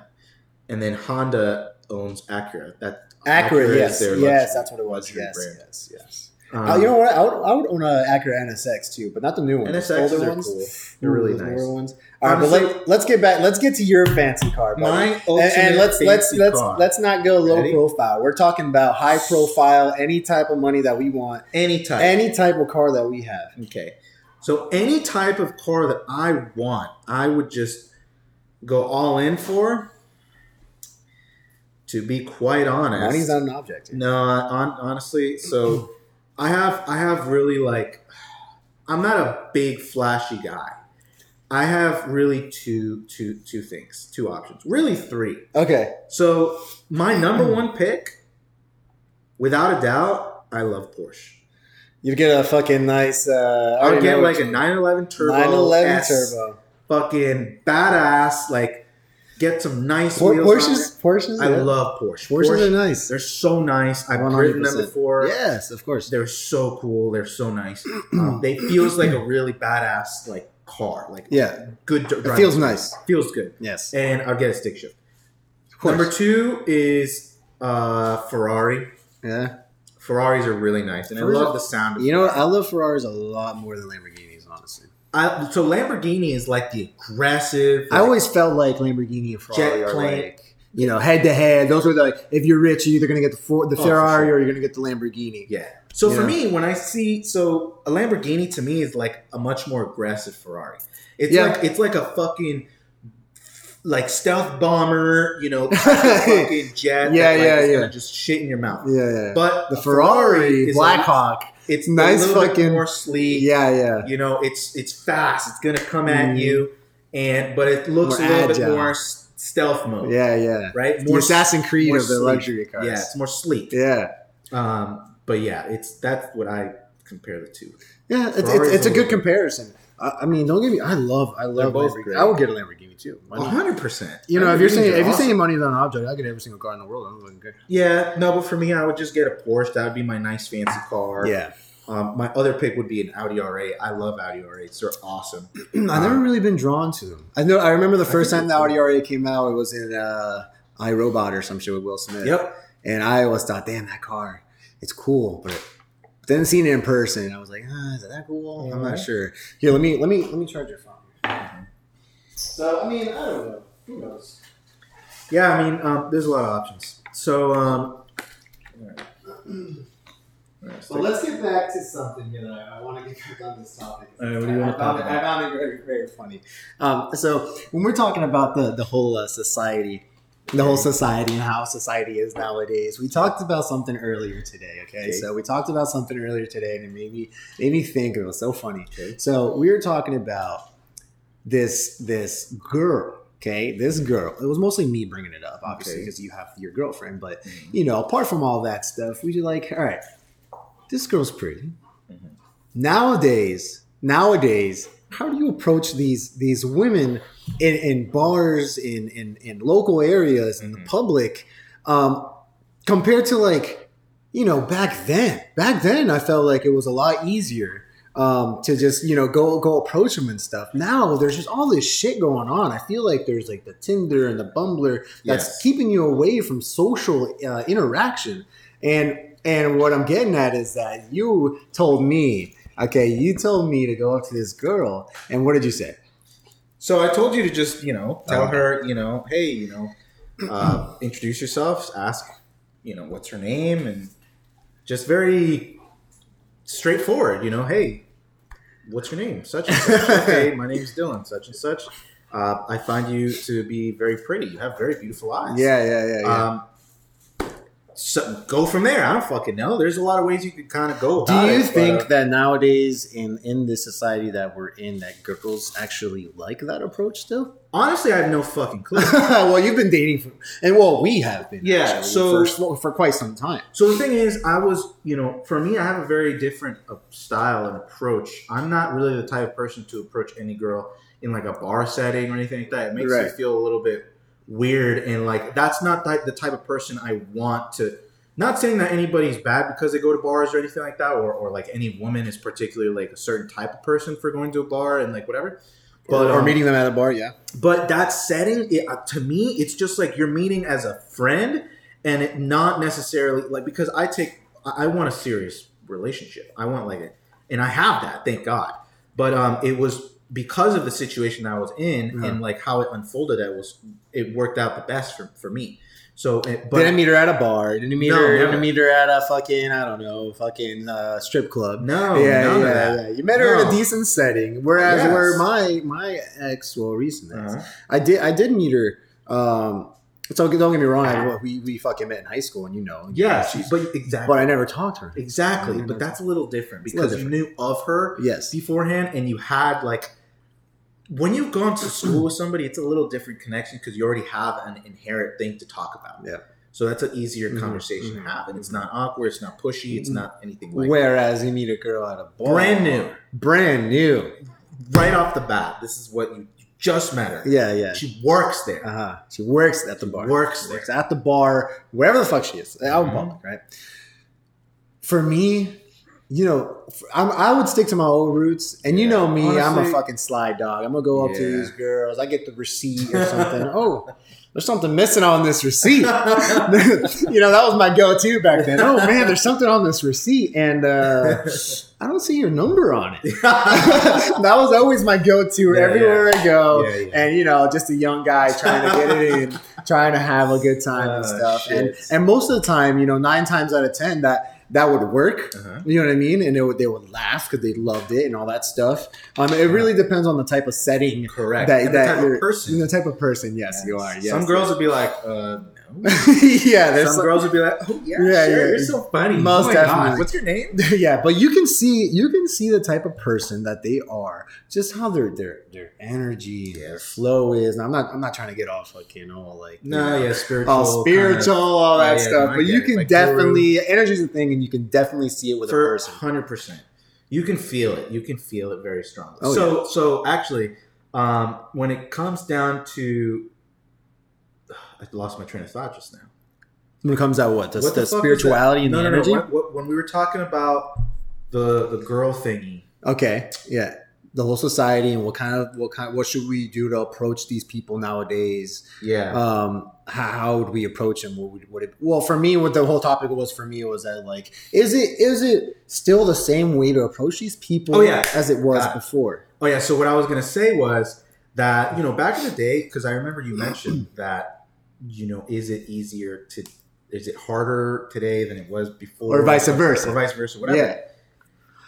Speaker 2: and then Honda owns Acura. That
Speaker 1: Acura.
Speaker 2: is
Speaker 1: Yes.
Speaker 2: their
Speaker 1: Yes,
Speaker 2: luxury-
Speaker 1: that's what it was.
Speaker 2: luxury
Speaker 1: Yes.
Speaker 2: brand.
Speaker 1: Yes. Yes.
Speaker 2: Um,
Speaker 1: Uh, you know what? I would, I would own a Acura NSX too, but not the new ones.
Speaker 2: NSXs
Speaker 1: Older
Speaker 2: are
Speaker 1: ones.
Speaker 2: cool. They're really
Speaker 1: Ooh, those
Speaker 2: nice.
Speaker 1: newer ones. All right, but
Speaker 2: Honestly-
Speaker 1: let, let's get back. Let's get to your fancy car, buddy.
Speaker 2: My
Speaker 1: and, and
Speaker 2: ultimate
Speaker 1: let's let's
Speaker 2: fancy
Speaker 1: let's
Speaker 2: car.
Speaker 1: let's not go low
Speaker 2: Ready?
Speaker 1: profile. We're talking about high profile, any type of money that we want,
Speaker 2: any type.
Speaker 1: any type of car that we have.
Speaker 2: Okay. So any type of car that I want, I would just go all in for. To be quite honest,
Speaker 1: Money's not an object.
Speaker 2: no, on, honestly, so I have I have really like I'm not a big flashy guy. I have really two two two things, two options, really three.
Speaker 1: Okay,
Speaker 2: So my
Speaker 1: Hmm.
Speaker 2: number one pick, without a doubt, I love Porsche.
Speaker 1: you get a fucking nice. Uh, I
Speaker 2: I would
Speaker 1: already
Speaker 2: get
Speaker 1: know
Speaker 2: like a
Speaker 1: what you-
Speaker 2: 911 turbo,
Speaker 1: 911
Speaker 2: S,
Speaker 1: turbo.
Speaker 2: fucking badass. Like, get some nice
Speaker 1: Por-
Speaker 2: wheels. on it.
Speaker 1: Porsches, Porsches.
Speaker 2: I
Speaker 1: yeah.
Speaker 2: love Porsche.
Speaker 1: Porsches
Speaker 2: Porsche,
Speaker 1: are nice.
Speaker 2: they're so nice. I've ridden them
Speaker 1: 100%.
Speaker 2: before.
Speaker 1: Yes, of course.
Speaker 2: They're so cool. They're so nice. um, they feels like a really badass like car. Like
Speaker 1: Yeah,
Speaker 2: good. to
Speaker 1: it
Speaker 2: drive.
Speaker 1: feels nice.
Speaker 2: Feels good.
Speaker 1: Yes,
Speaker 2: And I'll get a stick shift.
Speaker 1: of
Speaker 2: Number two is uh Ferrari.
Speaker 1: Yeah,
Speaker 2: Ferraris are really nice, and
Speaker 1: Ferraris
Speaker 2: I
Speaker 1: are-
Speaker 2: love the sound. Of
Speaker 1: you know what? I love Ferraris a lot more than Lamborghinis, honestly.
Speaker 2: I, so Lamborghini is like the aggressive.
Speaker 1: I
Speaker 2: like,
Speaker 1: always felt like Lamborghini and Ferrari
Speaker 2: Jet
Speaker 1: are
Speaker 2: plane.
Speaker 1: like, you know, head to head. Those were like, if you're rich, you're either going to get the Fer- the
Speaker 2: Oh, for
Speaker 1: Ferrari
Speaker 2: sure.
Speaker 1: or you're going to get the Lamborghini.
Speaker 2: Yeah. So for
Speaker 1: Yeah.
Speaker 2: me, when I see so a Lamborghini to me is like a much more aggressive Ferrari. It's
Speaker 1: Yeah.
Speaker 2: like it's like a fucking like stealth bomber, you know, fucking jet.
Speaker 1: Yeah,
Speaker 2: that, like,
Speaker 1: yeah,
Speaker 2: is gonna
Speaker 1: yeah.
Speaker 2: Just shit in your mouth.
Speaker 1: Yeah, yeah.
Speaker 2: But
Speaker 1: the Ferrari,
Speaker 2: is a,
Speaker 1: Blackhawk.
Speaker 2: it's
Speaker 1: nice
Speaker 2: a little bit
Speaker 1: fucking-
Speaker 2: more sleek.
Speaker 1: Yeah, yeah.
Speaker 2: You know, it's it's fast. It's gonna come at
Speaker 1: Mhm.
Speaker 2: you, and but it looks
Speaker 1: More
Speaker 2: a little
Speaker 1: agile.
Speaker 2: bit more s- stealth mode.
Speaker 1: Yeah, yeah.
Speaker 2: Right.
Speaker 1: the Assassin Creed
Speaker 2: more
Speaker 1: of the
Speaker 2: sleek.
Speaker 1: luxury cars.
Speaker 2: Yeah, it's more sleek.
Speaker 1: Yeah.
Speaker 2: Um, but yeah, it's that's what I compare the two.
Speaker 1: Yeah, it's, it's,
Speaker 2: Ferrari's
Speaker 1: it's a
Speaker 2: a
Speaker 1: good
Speaker 2: little-
Speaker 1: comparison. I, I mean, don't get me. I love, I love.
Speaker 2: both
Speaker 1: Lamborghini.
Speaker 2: great.
Speaker 1: I would get a Lamborghini too. Why
Speaker 2: One
Speaker 1: not?
Speaker 2: hundred percent.
Speaker 1: You know, if you're saying if you're saying money's not an object, I get every single car in the world. I'm looking good.
Speaker 2: yeah, no, but for me, I would just get a Porsche. That would be my nice fancy car.
Speaker 1: Yeah,
Speaker 2: Um, my other pick would be an Audi R8. I love Audi R8s. They're awesome. Um,
Speaker 1: I've Hmm, never really been drawn to them. Um, I know. I remember the
Speaker 2: I
Speaker 1: first
Speaker 2: think
Speaker 1: time the
Speaker 2: they're
Speaker 1: Audi RA
Speaker 2: cool.
Speaker 1: came out. It was in uh, iRobot or some shit with Will Smith.
Speaker 2: Yep.
Speaker 1: And I always thought, damn, that car, it's cool, but then seeing it in person, I was like, ah, is it that cool? I'm not
Speaker 2: Yeah.
Speaker 1: sure. Here, let me let me let me charge your phone.
Speaker 2: Mm-hmm.
Speaker 1: So I mean, I don't know. Who knows?
Speaker 2: Yeah, I mean, um, there's a lot of options. So, um,
Speaker 1: But let's get back to something that I, I want to get back on this topic.
Speaker 2: All right, what do you
Speaker 1: I,
Speaker 2: wanna
Speaker 1: I found
Speaker 2: talk
Speaker 1: it, I found it very, very funny. Um, so when we're talking about the the whole uh, society, the whole society and how society is nowadays, we talked about something earlier today. Okay,
Speaker 2: Okay.
Speaker 1: so we talked about something earlier today, and it made me made me think. It was so funny.
Speaker 2: Okay.
Speaker 1: So we were talking about this this girl. Okay, this girl. It was mostly me bringing it up, obviously,
Speaker 2: Okay.
Speaker 1: because you have your girlfriend. But you know, apart from all that stuff, we just like, all right, this girl's pretty.
Speaker 2: Mhm.
Speaker 1: Nowadays, nowadays, how do you approach these these women in, in bars, in, in in local areas, in the
Speaker 2: Mhm.
Speaker 1: public, um, compared to like you know, back then, back then, I felt like it was a lot easier um, to just you know go go approach them and stuff. Now there's just all this shit going on. I feel like there's like the Tinder and the Bumbler that's
Speaker 2: Yes.
Speaker 1: keeping you away from social uh, interaction. And and what I'm getting at is that you told me, okay, you told me to go up to this girl, and what did you say?
Speaker 2: So I told you to just, you know, tell
Speaker 1: Oh.
Speaker 2: her, you know, hey, you know, uh, introduce yourself, ask, you know, what's her name, and just very straightforward, you know, hey, what's your name? Such and such. hey, my name's Dylan, such and such. Uh, I find you to be very pretty. You have very beautiful eyes.
Speaker 1: Yeah, yeah, yeah, yeah.
Speaker 2: Um, so go from there. I don't fucking know. There's a lot of ways you could kind of go.
Speaker 1: Do
Speaker 2: about
Speaker 1: you
Speaker 2: it, but,
Speaker 1: think
Speaker 2: uh,
Speaker 1: that nowadays, in in the society that we're in, that girls actually like that approach still?
Speaker 2: honestly, I have no fucking clue.
Speaker 1: well, you've been dating, for, and well, we have been.
Speaker 2: Yeah,
Speaker 1: actually,
Speaker 2: so-
Speaker 1: for, sl- for quite some time.
Speaker 2: So the thing is, I was, you know, for me, I have a very different uh, style and approach. I'm not really the type of person to approach any girl in like a bar setting or anything like that. It makes me
Speaker 1: Right.
Speaker 2: feel a little bit weird and like that's not like the type of person I want to. Not saying that anybody's bad because they go to bars or anything like that, or, or like any woman is particularly like a certain type of person for going to a bar and like whatever. But
Speaker 1: or, or
Speaker 2: um,
Speaker 1: meeting them at a bar, yeah.
Speaker 2: but that setting it, uh, to me it's just like you're meeting as a friend and it not necessarily like because i take i I want a serious relationship i want like it and i have that thank god but um it was because of the situation i was in
Speaker 1: Mhm.
Speaker 2: and like how it unfolded i was it worked out the best for, for me so it, but
Speaker 1: didn't meet her at a bar. Didn't meet
Speaker 2: No,
Speaker 1: her.
Speaker 2: no.
Speaker 1: Didn't meet her at a fucking I don't know, fucking uh, strip club.
Speaker 2: no
Speaker 1: yeah,
Speaker 2: none
Speaker 1: yeah,
Speaker 2: of that
Speaker 1: yeah. You met her in
Speaker 2: No.
Speaker 1: a decent setting, whereas
Speaker 2: Yes.
Speaker 1: where my my ex, well, recent ex,
Speaker 2: Uh-huh.
Speaker 1: I did I did meet her. Um, so don't get me wrong, I,
Speaker 2: Ah.
Speaker 1: we we fucking met in high school, and you know,
Speaker 2: yeah but exactly
Speaker 1: but I never talked to her.
Speaker 2: exactly
Speaker 1: Yeah,
Speaker 2: but
Speaker 1: no.
Speaker 2: that's a little different
Speaker 1: It's a little
Speaker 2: because you knew of her
Speaker 1: Yes,
Speaker 2: beforehand and you had like when you've gone to school with somebody it's a little different connection because you already have an inherent thing to talk about
Speaker 1: Yeah.
Speaker 2: so that's an easier
Speaker 1: Mhm,
Speaker 2: conversation
Speaker 1: mhm,
Speaker 2: to have and it's not awkward it's not pushy it's
Speaker 1: Mhm.
Speaker 2: not anything like
Speaker 1: whereas you meet a girl at a bar,
Speaker 2: brand new
Speaker 1: brand new.
Speaker 2: right off the bat this is what you you just met her
Speaker 1: Yeah, Uh-huh. yeah.
Speaker 2: she works there
Speaker 1: Uh huh. She works at the bar.
Speaker 2: works
Speaker 1: She works at the bar, wherever the fuck she is, out in
Speaker 2: Mhm.
Speaker 1: public, right? For me, you know, f- I'm, I would stick to my old roots, and you know me, I'm a
Speaker 2: Honestly-
Speaker 1: fucking slide dog. I'm gonna go up to
Speaker 2: Yeah.
Speaker 1: these girls. I get the receipt or something. oh, there's something missing on this receipt. Uh-huh. you know, that was my go-to back then. Oh man, there's something on this receipt, and uh, I don't see your number on it. that was always my go-to
Speaker 2: Yeah,
Speaker 1: everywhere I go.
Speaker 2: Yeah, yeah.
Speaker 1: And you know, just a young guy trying to get it in, trying to have a good time and
Speaker 2: Oh,
Speaker 1: stuff. And
Speaker 2: shit.
Speaker 1: and most of the time, you know, nine times out of ten, that that would work.
Speaker 2: Uh-huh.
Speaker 1: You know what I mean? And it would, they would laugh because they loved it and all that stuff. Um, it really depends on the type of setting
Speaker 2: correct
Speaker 1: that
Speaker 2: And the
Speaker 1: that
Speaker 2: type of
Speaker 1: you're
Speaker 2: person
Speaker 1: The type of person, yes, you are. Yes,
Speaker 2: some girls would be like uh no
Speaker 1: yeah, there's
Speaker 2: some
Speaker 1: some-
Speaker 2: girls would be like, "Oh yeah,
Speaker 1: Yeah,
Speaker 2: sure,
Speaker 1: yeah.
Speaker 2: you're so funny."
Speaker 1: Most
Speaker 2: oh my God,
Speaker 1: definitely.
Speaker 2: What's your name?
Speaker 1: yeah, but you can see you can see the type of person that they are, just how their their their energy, and their
Speaker 2: Yes.
Speaker 1: flow is. And I'm not I'm not trying to get all fucking all like you know,
Speaker 2: No, yeah, spiritual.
Speaker 1: all spiritual, all that
Speaker 2: yeah,
Speaker 1: stuff.
Speaker 2: I
Speaker 1: But
Speaker 2: get
Speaker 1: you
Speaker 2: it,
Speaker 1: can
Speaker 2: like
Speaker 1: definitely energy's a thing, and you can definitely see it with a
Speaker 2: for
Speaker 1: person.
Speaker 2: hundred percent. You can feel it. You can feel it very strongly.
Speaker 1: Oh,
Speaker 2: so, so actually, um, when it comes down to, I lost my train of thought just now.
Speaker 1: When it comes out, what the,
Speaker 2: What the
Speaker 1: the
Speaker 2: fuck was
Speaker 1: spirituality and
Speaker 2: no,
Speaker 1: the
Speaker 2: no,
Speaker 1: energy.
Speaker 2: no. What, what, when we were talking about the the girl thingy,
Speaker 1: Okay, yeah, the whole society and what kind of what kind what should we do to approach these people nowadays?
Speaker 2: yeah,
Speaker 1: um how, how would we approach him what would, would it well for me what the whole topic was for me was that like is it is it still the same way to approach these people
Speaker 2: Oh, yeah.
Speaker 1: as it was
Speaker 2: Got it.
Speaker 1: before
Speaker 2: Oh yeah. So what I was gonna say was that you know back in the day, because I remember you mentioned that you know is it easier to is it harder today than it was before,
Speaker 1: Or vice
Speaker 2: or
Speaker 1: versa.
Speaker 2: vice versa, whatever.
Speaker 1: yeah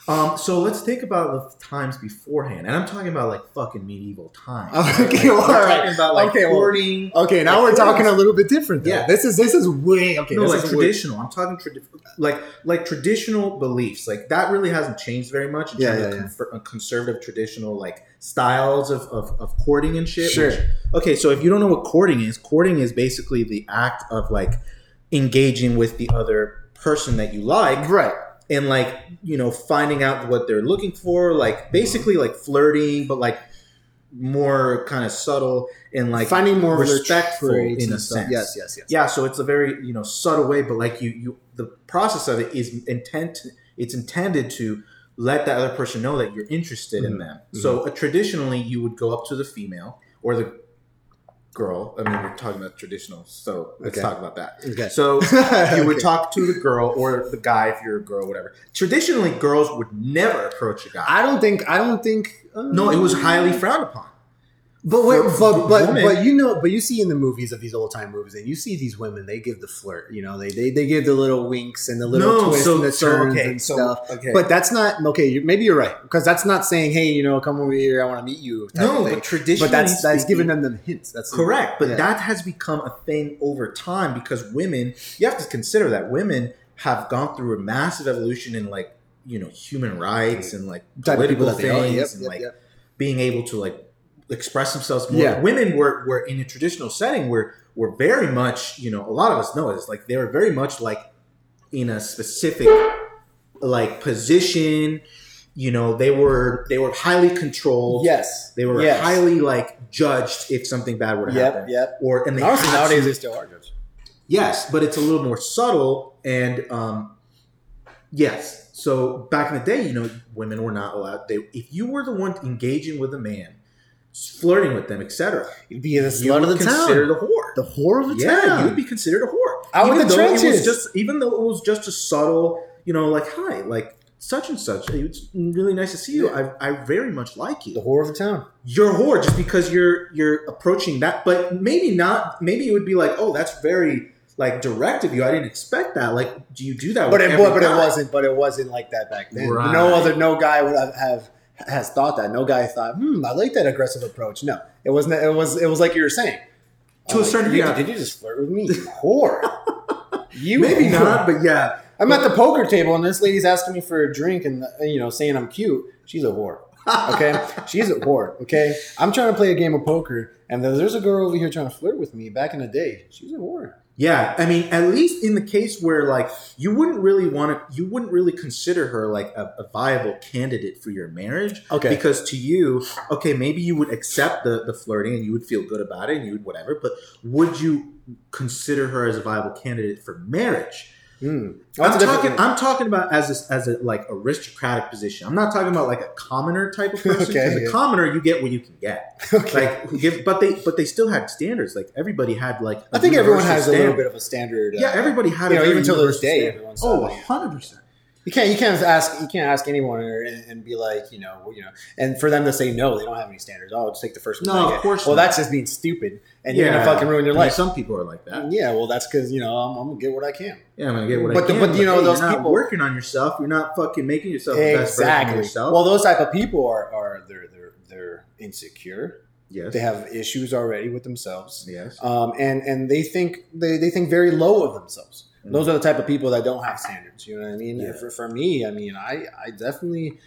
Speaker 2: Um. So let's think about the times beforehand, and I'm talking about like fucking medieval times.
Speaker 1: Okay,
Speaker 2: Like,
Speaker 1: well,
Speaker 2: we're
Speaker 1: all right.
Speaker 2: talking about like
Speaker 1: Okay, well,
Speaker 2: courting.
Speaker 1: okay now
Speaker 2: Like,
Speaker 1: we're
Speaker 2: what
Speaker 1: talking
Speaker 2: else?
Speaker 1: a little bit different though.
Speaker 2: Yeah.
Speaker 1: this is this is way okay
Speaker 2: no,
Speaker 1: this
Speaker 2: like
Speaker 1: is way-
Speaker 2: traditional. I'm talking tradi- like like traditional beliefs. Like that really hasn't changed very much in
Speaker 1: Yeah,
Speaker 2: terms
Speaker 1: yeah,
Speaker 2: of
Speaker 1: yeah.
Speaker 2: confer- uh, conservative traditional like styles of, of, of courting and shit.
Speaker 1: Sure.
Speaker 2: which- okay, so if you don't know what courting is, courting is basically the act of like engaging with the other person that you like
Speaker 1: right
Speaker 2: and like you know finding out what they're looking for like basically like flirting but like more kind of subtle and like
Speaker 1: finding more of their
Speaker 2: respectful
Speaker 1: traits
Speaker 2: in
Speaker 1: and
Speaker 2: a
Speaker 1: stuff.
Speaker 2: sense.
Speaker 1: yes yes yes
Speaker 2: yeah so it's a very you know subtle way but like you you the- the process of it is intent. It's intended to let that other person know that you're interested
Speaker 1: Mm-hmm.
Speaker 2: in them. So uh, traditionally, you would go up to the female or the girl. I mean, we're talking about traditional, so let's
Speaker 1: Okay.
Speaker 2: talk about that.
Speaker 1: Okay.
Speaker 2: So you would
Speaker 1: Okay.
Speaker 2: talk to the girl or the guy if you're a girl, whatever. Traditionally, girls would never approach a guy.
Speaker 1: I don't think. I don't think. uh,
Speaker 2: no, it was highly frowned upon.
Speaker 1: But wait,
Speaker 2: for-
Speaker 1: but
Speaker 2: for
Speaker 1: but
Speaker 2: women.
Speaker 1: but you know, but you see in the movies of these old time movies, and you see these women. They give the flirt. You know, they they, they give the little winks and the little twists and the turns and stuff.
Speaker 2: okay.
Speaker 1: But that's not okay. you maybe you're right because that's not saying, "Hey, you know, come over here. I want to meet you." type of
Speaker 2: no,
Speaker 1: thing.
Speaker 2: but traditionally,
Speaker 1: but that's that's giving
Speaker 2: speaking-
Speaker 1: them the hints. That's
Speaker 2: Correct, but
Speaker 1: Yeah.
Speaker 2: that has become a thing over time because women, you have to consider that women have gone through a massive evolution in like, you know, human rights and like
Speaker 1: type of people
Speaker 2: political
Speaker 1: that they are.
Speaker 2: things
Speaker 1: Yep,
Speaker 2: and
Speaker 1: yep,
Speaker 2: like
Speaker 1: yep.
Speaker 2: being able to like express themselves more.
Speaker 1: Yeah.
Speaker 2: Women were were in a traditional setting where were very much, you know, a lot of us know this, like they were very much like in a specific like position, you know, they were they were highly controlled.
Speaker 1: Yes.
Speaker 2: They were
Speaker 1: Yes.
Speaker 2: highly like judged if something bad were to happen
Speaker 1: Yep. Yep.
Speaker 2: or and they had to-
Speaker 1: they still are judged.
Speaker 2: yes, but it's a little more subtle and um, yes. So back in the day, you know, women were not allowed. They if you were the one engaging with a man, flirting with them, etc.,
Speaker 1: You'd be the
Speaker 2: you
Speaker 1: slut of
Speaker 2: would
Speaker 1: the
Speaker 2: consider
Speaker 1: town,
Speaker 2: the whore.
Speaker 1: the whore of the
Speaker 2: yeah, you would
Speaker 1: town.
Speaker 2: be considered a whore.
Speaker 1: Out in
Speaker 2: even
Speaker 1: the
Speaker 2: though it was
Speaker 1: trenches.
Speaker 2: just even though it was just a subtle, you know, like hi, like such and such. It's really nice to see you. I I very much like you
Speaker 1: the whore of the town.
Speaker 2: you're a whore just because you're you're approaching that but maybe not maybe it would be like oh that's very like direct of you i didn't expect that like do you do that
Speaker 1: But
Speaker 2: with
Speaker 1: it
Speaker 2: every
Speaker 1: but, but it
Speaker 2: guy?
Speaker 1: wasn't but it wasn't like that back then.
Speaker 2: Right.
Speaker 1: No other no guy would have, have has thought that. No guy thought, hmm, I like that aggressive approach. No, it wasn't. It was it was like you were saying
Speaker 2: To a
Speaker 1: I'm like,
Speaker 2: certain
Speaker 1: you-
Speaker 2: degree.
Speaker 1: Did you just flirt with me, you whore? You
Speaker 2: maybe
Speaker 1: whore.
Speaker 2: not but yeah
Speaker 1: I'm at the poker table and this lady's asking me for a drink and you know saying I'm cute. She's a whore. Okay, she's a whore. Okay, I'm trying to play a game of poker and there's- there's a girl over here trying to flirt with me. Back in the day, she's a whore.
Speaker 2: yeah i mean at least in the case where like you wouldn't really want to you wouldn't really consider her like a, a viable candidate for your marriage
Speaker 1: Okay.
Speaker 2: because to you okay maybe you would accept the the flirting and you would feel good about it and you would whatever but would you consider her as a viable candidate for marriage
Speaker 1: Hmm.
Speaker 2: I'm
Speaker 1: That's a different
Speaker 2: talking.
Speaker 1: thing.
Speaker 2: I'm talking about as a, as a like aristocratic position. I'm not talking about like a commoner type of person.
Speaker 1: Okay,
Speaker 2: Because
Speaker 1: yeah.
Speaker 2: a commoner, you get what you can get.
Speaker 1: Okay.
Speaker 2: Like who give, but they but they still had standards. Like everybody had like. I
Speaker 1: I think everyone has a little bit of a standard. uh,
Speaker 2: Yeah, everybody had.
Speaker 1: you
Speaker 2: a
Speaker 1: know,
Speaker 2: very
Speaker 1: even till this
Speaker 2: universal
Speaker 1: day,
Speaker 2: standard.
Speaker 1: everyone's
Speaker 2: Oh,
Speaker 1: had, like-
Speaker 2: 100 percent.
Speaker 1: You can't you can't ask you can't ask anyone or- and, and be like you know well, you know and for them to say no they don't have any standards. Oh, I'll just take the first one.
Speaker 2: No,
Speaker 1: I
Speaker 2: of
Speaker 1: get.
Speaker 2: course
Speaker 1: Well,
Speaker 2: not.
Speaker 1: that's just being stupid and you're gonna fucking ruin your
Speaker 2: I mean,
Speaker 1: life.
Speaker 2: Some people are like that.
Speaker 1: Yeah, well, that's because you know I'm, I'm gonna get what I can.
Speaker 2: Yeah, I'm gonna get what
Speaker 1: But
Speaker 2: I
Speaker 1: the-
Speaker 2: can.
Speaker 1: but, you know,
Speaker 2: hey,
Speaker 1: those
Speaker 2: you're not
Speaker 1: people-
Speaker 2: working on yourself. You're not fucking making yourself the best version of
Speaker 1: exactly.
Speaker 2: yourself.
Speaker 1: Well, those type of people are are they're they're they're insecure.
Speaker 2: yes,
Speaker 1: They have issues already with themselves,
Speaker 2: yes,
Speaker 1: um, and and they think they, they think very low of themselves.
Speaker 2: Mhm.
Speaker 1: Those are the type of people that don't have standards. You know what I mean?
Speaker 2: Yeah.
Speaker 1: For, for me, I mean, I I definitely.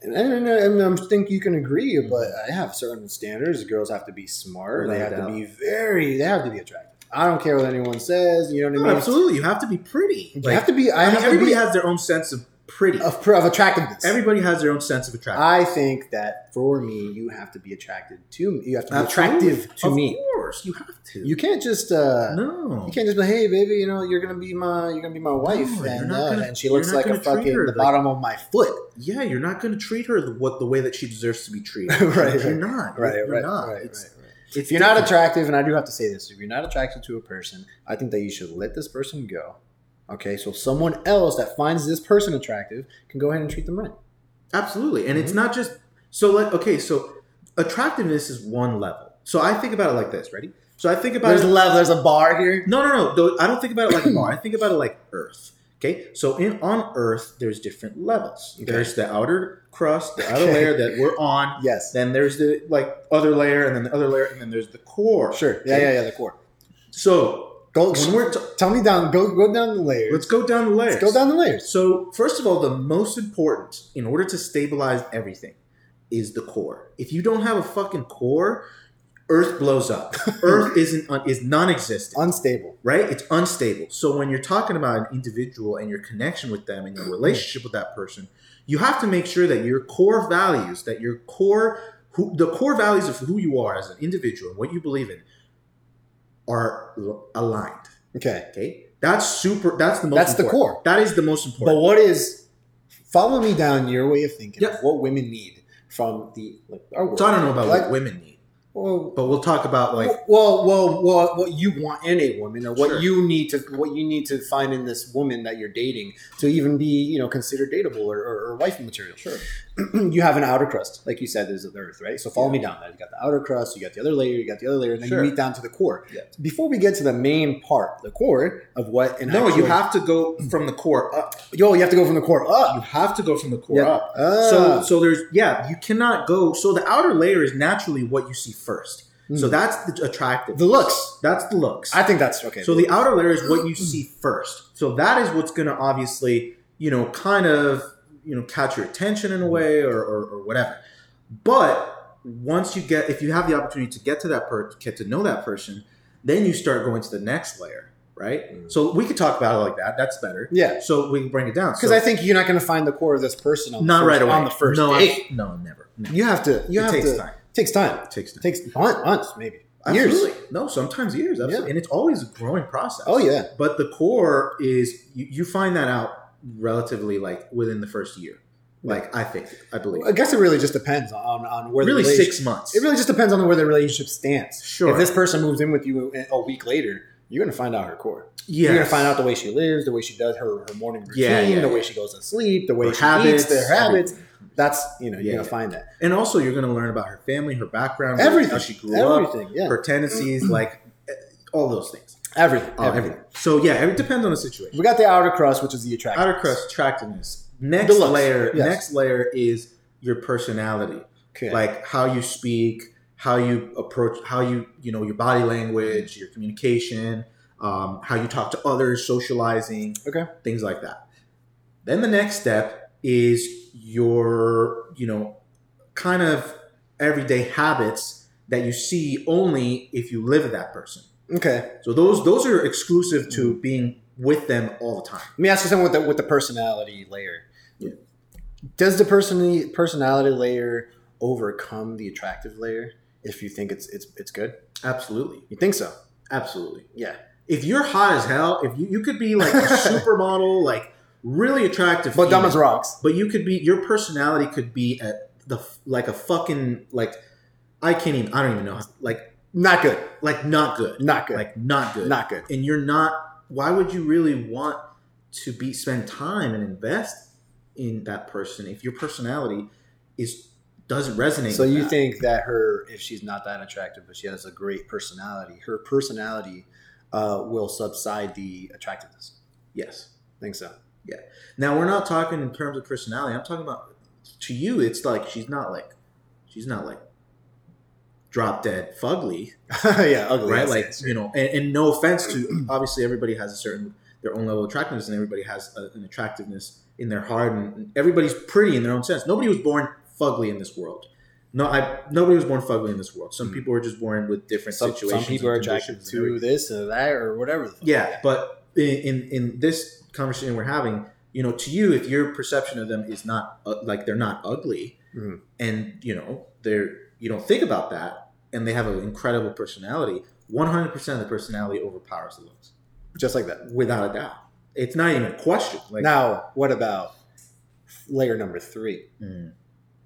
Speaker 1: And I, don't know, I, mean, I think you can agree, but I have certain standards. Girls have to be smart. they
Speaker 2: Without
Speaker 1: have
Speaker 2: a
Speaker 1: to
Speaker 2: doubt.
Speaker 1: be very. They have to be attractive. I don't care what anyone says. You know what
Speaker 2: No,
Speaker 1: I mean?
Speaker 2: absolutely. You have to be pretty.
Speaker 1: You
Speaker 2: Like,
Speaker 1: have to be. I,
Speaker 2: I mean,
Speaker 1: have to
Speaker 2: everybody
Speaker 1: be
Speaker 2: has their own sense of pretty.
Speaker 1: of, of attractiveness.
Speaker 2: Everybody has their own sense of attraction.
Speaker 1: I think that for me, you have to be attracted to me. You have to be
Speaker 2: Absolutely.
Speaker 1: attractive to
Speaker 2: of
Speaker 1: me.
Speaker 2: course, you have to.
Speaker 1: You can't just uh,
Speaker 2: no.
Speaker 1: you can't just be hey baby, you know you're gonna be my you're gonna be my wife,
Speaker 2: you're
Speaker 1: and
Speaker 2: not
Speaker 1: uh,
Speaker 2: gonna-
Speaker 1: and she
Speaker 2: you're
Speaker 1: looks
Speaker 2: not
Speaker 1: like a
Speaker 2: gonna treat
Speaker 1: fucking
Speaker 2: her
Speaker 1: the
Speaker 2: like-
Speaker 1: bottom of my foot.
Speaker 2: yeah, you're not going to treat her the, what the way that she deserves to be treated.
Speaker 1: Right,
Speaker 2: you're
Speaker 1: right.
Speaker 2: not.
Speaker 1: Right,
Speaker 2: you're
Speaker 1: right,
Speaker 2: not.
Speaker 1: right,
Speaker 2: It's-
Speaker 1: right, right.
Speaker 2: it's
Speaker 1: If you're not
Speaker 2: different.
Speaker 1: attractive, and I do have to say this, if you're not attracted to a person, I think that you should let this person go. Okay, so someone else that finds this person attractive can go ahead and treat them right.
Speaker 2: absolutely, and it's
Speaker 1: Mhm.
Speaker 2: not just so. Like, okay, so attractiveness is one level. So I think about it like this. Ready? So I think about
Speaker 1: There's
Speaker 2: it,
Speaker 1: love. There's a bar here.
Speaker 2: No, no, no. Though I don't think about it like Mars. I think about it like Earth. Okay, so in on Earth, there's different levels.
Speaker 1: Okay.
Speaker 2: There's the outer crust, the outer
Speaker 1: Okay.
Speaker 2: layer that we're on.
Speaker 1: Yes.
Speaker 2: Then there's the like other layer, and then the other layer, and then there's the core.
Speaker 1: Sure. Yeah,
Speaker 2: Okay?
Speaker 1: yeah, yeah. The core.
Speaker 2: So
Speaker 1: Go.
Speaker 2: when we're t-
Speaker 1: Tell me down. Go. Go down the layers.
Speaker 2: let's go down the layers.
Speaker 1: Oh, Let's go down the layers.
Speaker 2: So first of all, the most important in order to stabilize everything is the core. If you don't have a fucking core, Earth blows up. Earth isn't un- is non-existent.
Speaker 1: Unstable.
Speaker 2: right? It's unstable. So when you're talking about an individual and your connection with them and your relationship with that person, you have to make sure that your core values, that your core who the core values of who you are as an individual and what you believe in are l- aligned,
Speaker 1: Okay.
Speaker 2: okay? That's super. That's the most.
Speaker 1: That's the
Speaker 2: important.
Speaker 1: core.
Speaker 2: That is the most
Speaker 1: But
Speaker 2: important.
Speaker 1: what is? Follow me down your way of thinking.
Speaker 2: Yep.
Speaker 1: of What women need from the like our world.
Speaker 2: so I don't know about
Speaker 1: like,
Speaker 2: what women need,
Speaker 1: well,
Speaker 2: but we'll talk about like
Speaker 1: well, well, well, what you want in a woman, or what
Speaker 2: Sure.
Speaker 1: you need to, what you need to find in this woman that you're dating to even be, you know, considered dateable or, or, or wife material.
Speaker 2: sure.
Speaker 1: you have an outer crust, like you said, there's the earth, right? So follow me down that. You got the outer crust, you got the other layer, you got the other layer, and then
Speaker 2: Sure.
Speaker 1: you meet down to the core.
Speaker 2: Yeah.
Speaker 1: Before we get to the main part, the core of what, and
Speaker 2: No,
Speaker 1: actual-
Speaker 2: you have to go from the core up.
Speaker 1: yo, you have to go from the core
Speaker 2: You
Speaker 1: up.
Speaker 2: have to go from the core
Speaker 1: Yeah.
Speaker 2: up.
Speaker 1: Ah.
Speaker 2: So so there's yeah, you cannot go. So the outer layer is naturally what you see first. So
Speaker 1: Mm.
Speaker 2: that's Hmm. the attractive.
Speaker 1: the looks.
Speaker 2: that's the looks.
Speaker 1: I think that's okay.
Speaker 2: So the outer layer is what you
Speaker 1: Mm.
Speaker 2: see first. So that is what's going to obviously, you know, kind of, you know, catch your attention in a way or, or, or whatever. But once you get, if you have the opportunity to get to that person, get to know that person, then you start going to the next layer, right?
Speaker 1: Mm.
Speaker 2: So we could talk about it like that. That's better.
Speaker 1: yeah,
Speaker 2: So we can bring it down.
Speaker 1: because
Speaker 2: So
Speaker 1: I think you're not going to find the core of this person on
Speaker 2: not
Speaker 1: the first,
Speaker 2: right away
Speaker 1: on the first
Speaker 2: No, I-
Speaker 1: date.
Speaker 2: no, never. No.
Speaker 1: You have to. You
Speaker 2: it
Speaker 1: have
Speaker 2: takes
Speaker 1: to.
Speaker 2: time.
Speaker 1: Takes time.
Speaker 2: It takes time.
Speaker 1: Takes months, months maybe years.
Speaker 2: Absolutely. No, sometimes years. Absolutely. And it's always a growing process.
Speaker 1: Oh yeah,
Speaker 2: But the core is you, you find that out relatively like within the first year. Like I think, I believe.
Speaker 1: I guess it really just depends on on where
Speaker 2: really
Speaker 1: the relationship.
Speaker 2: six months.
Speaker 1: It really just depends on where the relationship stands.
Speaker 2: Sure.
Speaker 1: If this person moves in with you a- a week later, you're going to find out her core.
Speaker 2: yeah.
Speaker 1: You're going to find out the way she lives, the way she does her, her morning routine,
Speaker 2: Yeah, yeah,
Speaker 1: the
Speaker 2: yeah.
Speaker 1: way she goes to sleep, the way
Speaker 2: Her
Speaker 1: she
Speaker 2: habits,
Speaker 1: eats, their habits.
Speaker 2: everything.
Speaker 1: That's, you know, you're
Speaker 2: Yeah,
Speaker 1: going to
Speaker 2: yeah.
Speaker 1: find that.
Speaker 2: And also you're gonna learn about her family, her background,
Speaker 1: Everything.
Speaker 2: how she grew up,
Speaker 1: everything. yeah.
Speaker 2: her tendencies, like eh, all those things.
Speaker 1: Everything.
Speaker 2: Uh,
Speaker 1: everything.
Speaker 2: everything. So yeah, it depends on the situation.
Speaker 1: We got the outer crust, which is the attraction.
Speaker 2: Outer crust attractiveness. Next
Speaker 1: looks,
Speaker 2: layer
Speaker 1: yes.
Speaker 2: next layer is your personality.
Speaker 1: Okay.
Speaker 2: like how you speak how you approach how you you know your body language your communication um, how you talk to others socializing
Speaker 1: Okay.
Speaker 2: things like that then the next step is your you know kind of everyday habits that you see only if you live with that person
Speaker 1: okay.
Speaker 2: so those those are exclusive to being with them all the time
Speaker 1: Let me ask you something with the, with the personality layer.
Speaker 2: Yeah.
Speaker 1: Does the person, personality layer overcome the attractive layer if you think it's, it's, it's good?
Speaker 2: absolutely
Speaker 1: You think so?
Speaker 2: absolutely
Speaker 1: Yeah.
Speaker 2: if you're hot as hell, if you, you could be like a supermodel, like really attractive,
Speaker 1: But dumb
Speaker 2: female,
Speaker 1: as rocks.
Speaker 2: but you could be your personality could be at the f- like a fucking like I can't even I don't even know how- like
Speaker 1: Not good.
Speaker 2: like not good,
Speaker 1: Not good.
Speaker 2: like not good,
Speaker 1: Not good.
Speaker 2: and you're not. Why would you really want to be spend time and invest in that person if your personality is doesn't resonate?
Speaker 1: So
Speaker 2: with
Speaker 1: you
Speaker 2: that?
Speaker 1: think that her, if she's not that attractive, but she has a great personality, her personality uh, will subside the attractiveness.
Speaker 2: yes?
Speaker 1: think so.
Speaker 2: Now we're not talking in terms of personality. I'm talking about to you. It's like she's not like she's not like drop dead fugly,
Speaker 1: yeah, ugly.
Speaker 2: right?
Speaker 1: Oh, yes,
Speaker 2: like
Speaker 1: yes.
Speaker 2: you know, and, and no offense to obviously everybody has a certain their own level of attractiveness, and everybody has a, an attractiveness in their heart, and, and everybody's pretty in their own sense. Nobody was born fugly in this world. No, I nobody was born fugly in this world. Some
Speaker 1: Hmm.
Speaker 2: people were just born with different
Speaker 1: some, some
Speaker 2: situations.
Speaker 1: people
Speaker 2: and
Speaker 1: are attracted
Speaker 2: conditions and everything.
Speaker 1: to this or that or whatever. The fuck.
Speaker 2: Yeah, but in, in in this conversation we're having, you know, to you, if your perception of them is not uh, like they're not ugly,
Speaker 1: Mhm.
Speaker 2: and you know they're you don't think about that, and they have an incredible personality, one hundred percent of the personality overpowers the looks,
Speaker 1: just like that.
Speaker 2: without a doubt. It's not even a question. Like,
Speaker 1: now, what about layer number three?
Speaker 2: Mm,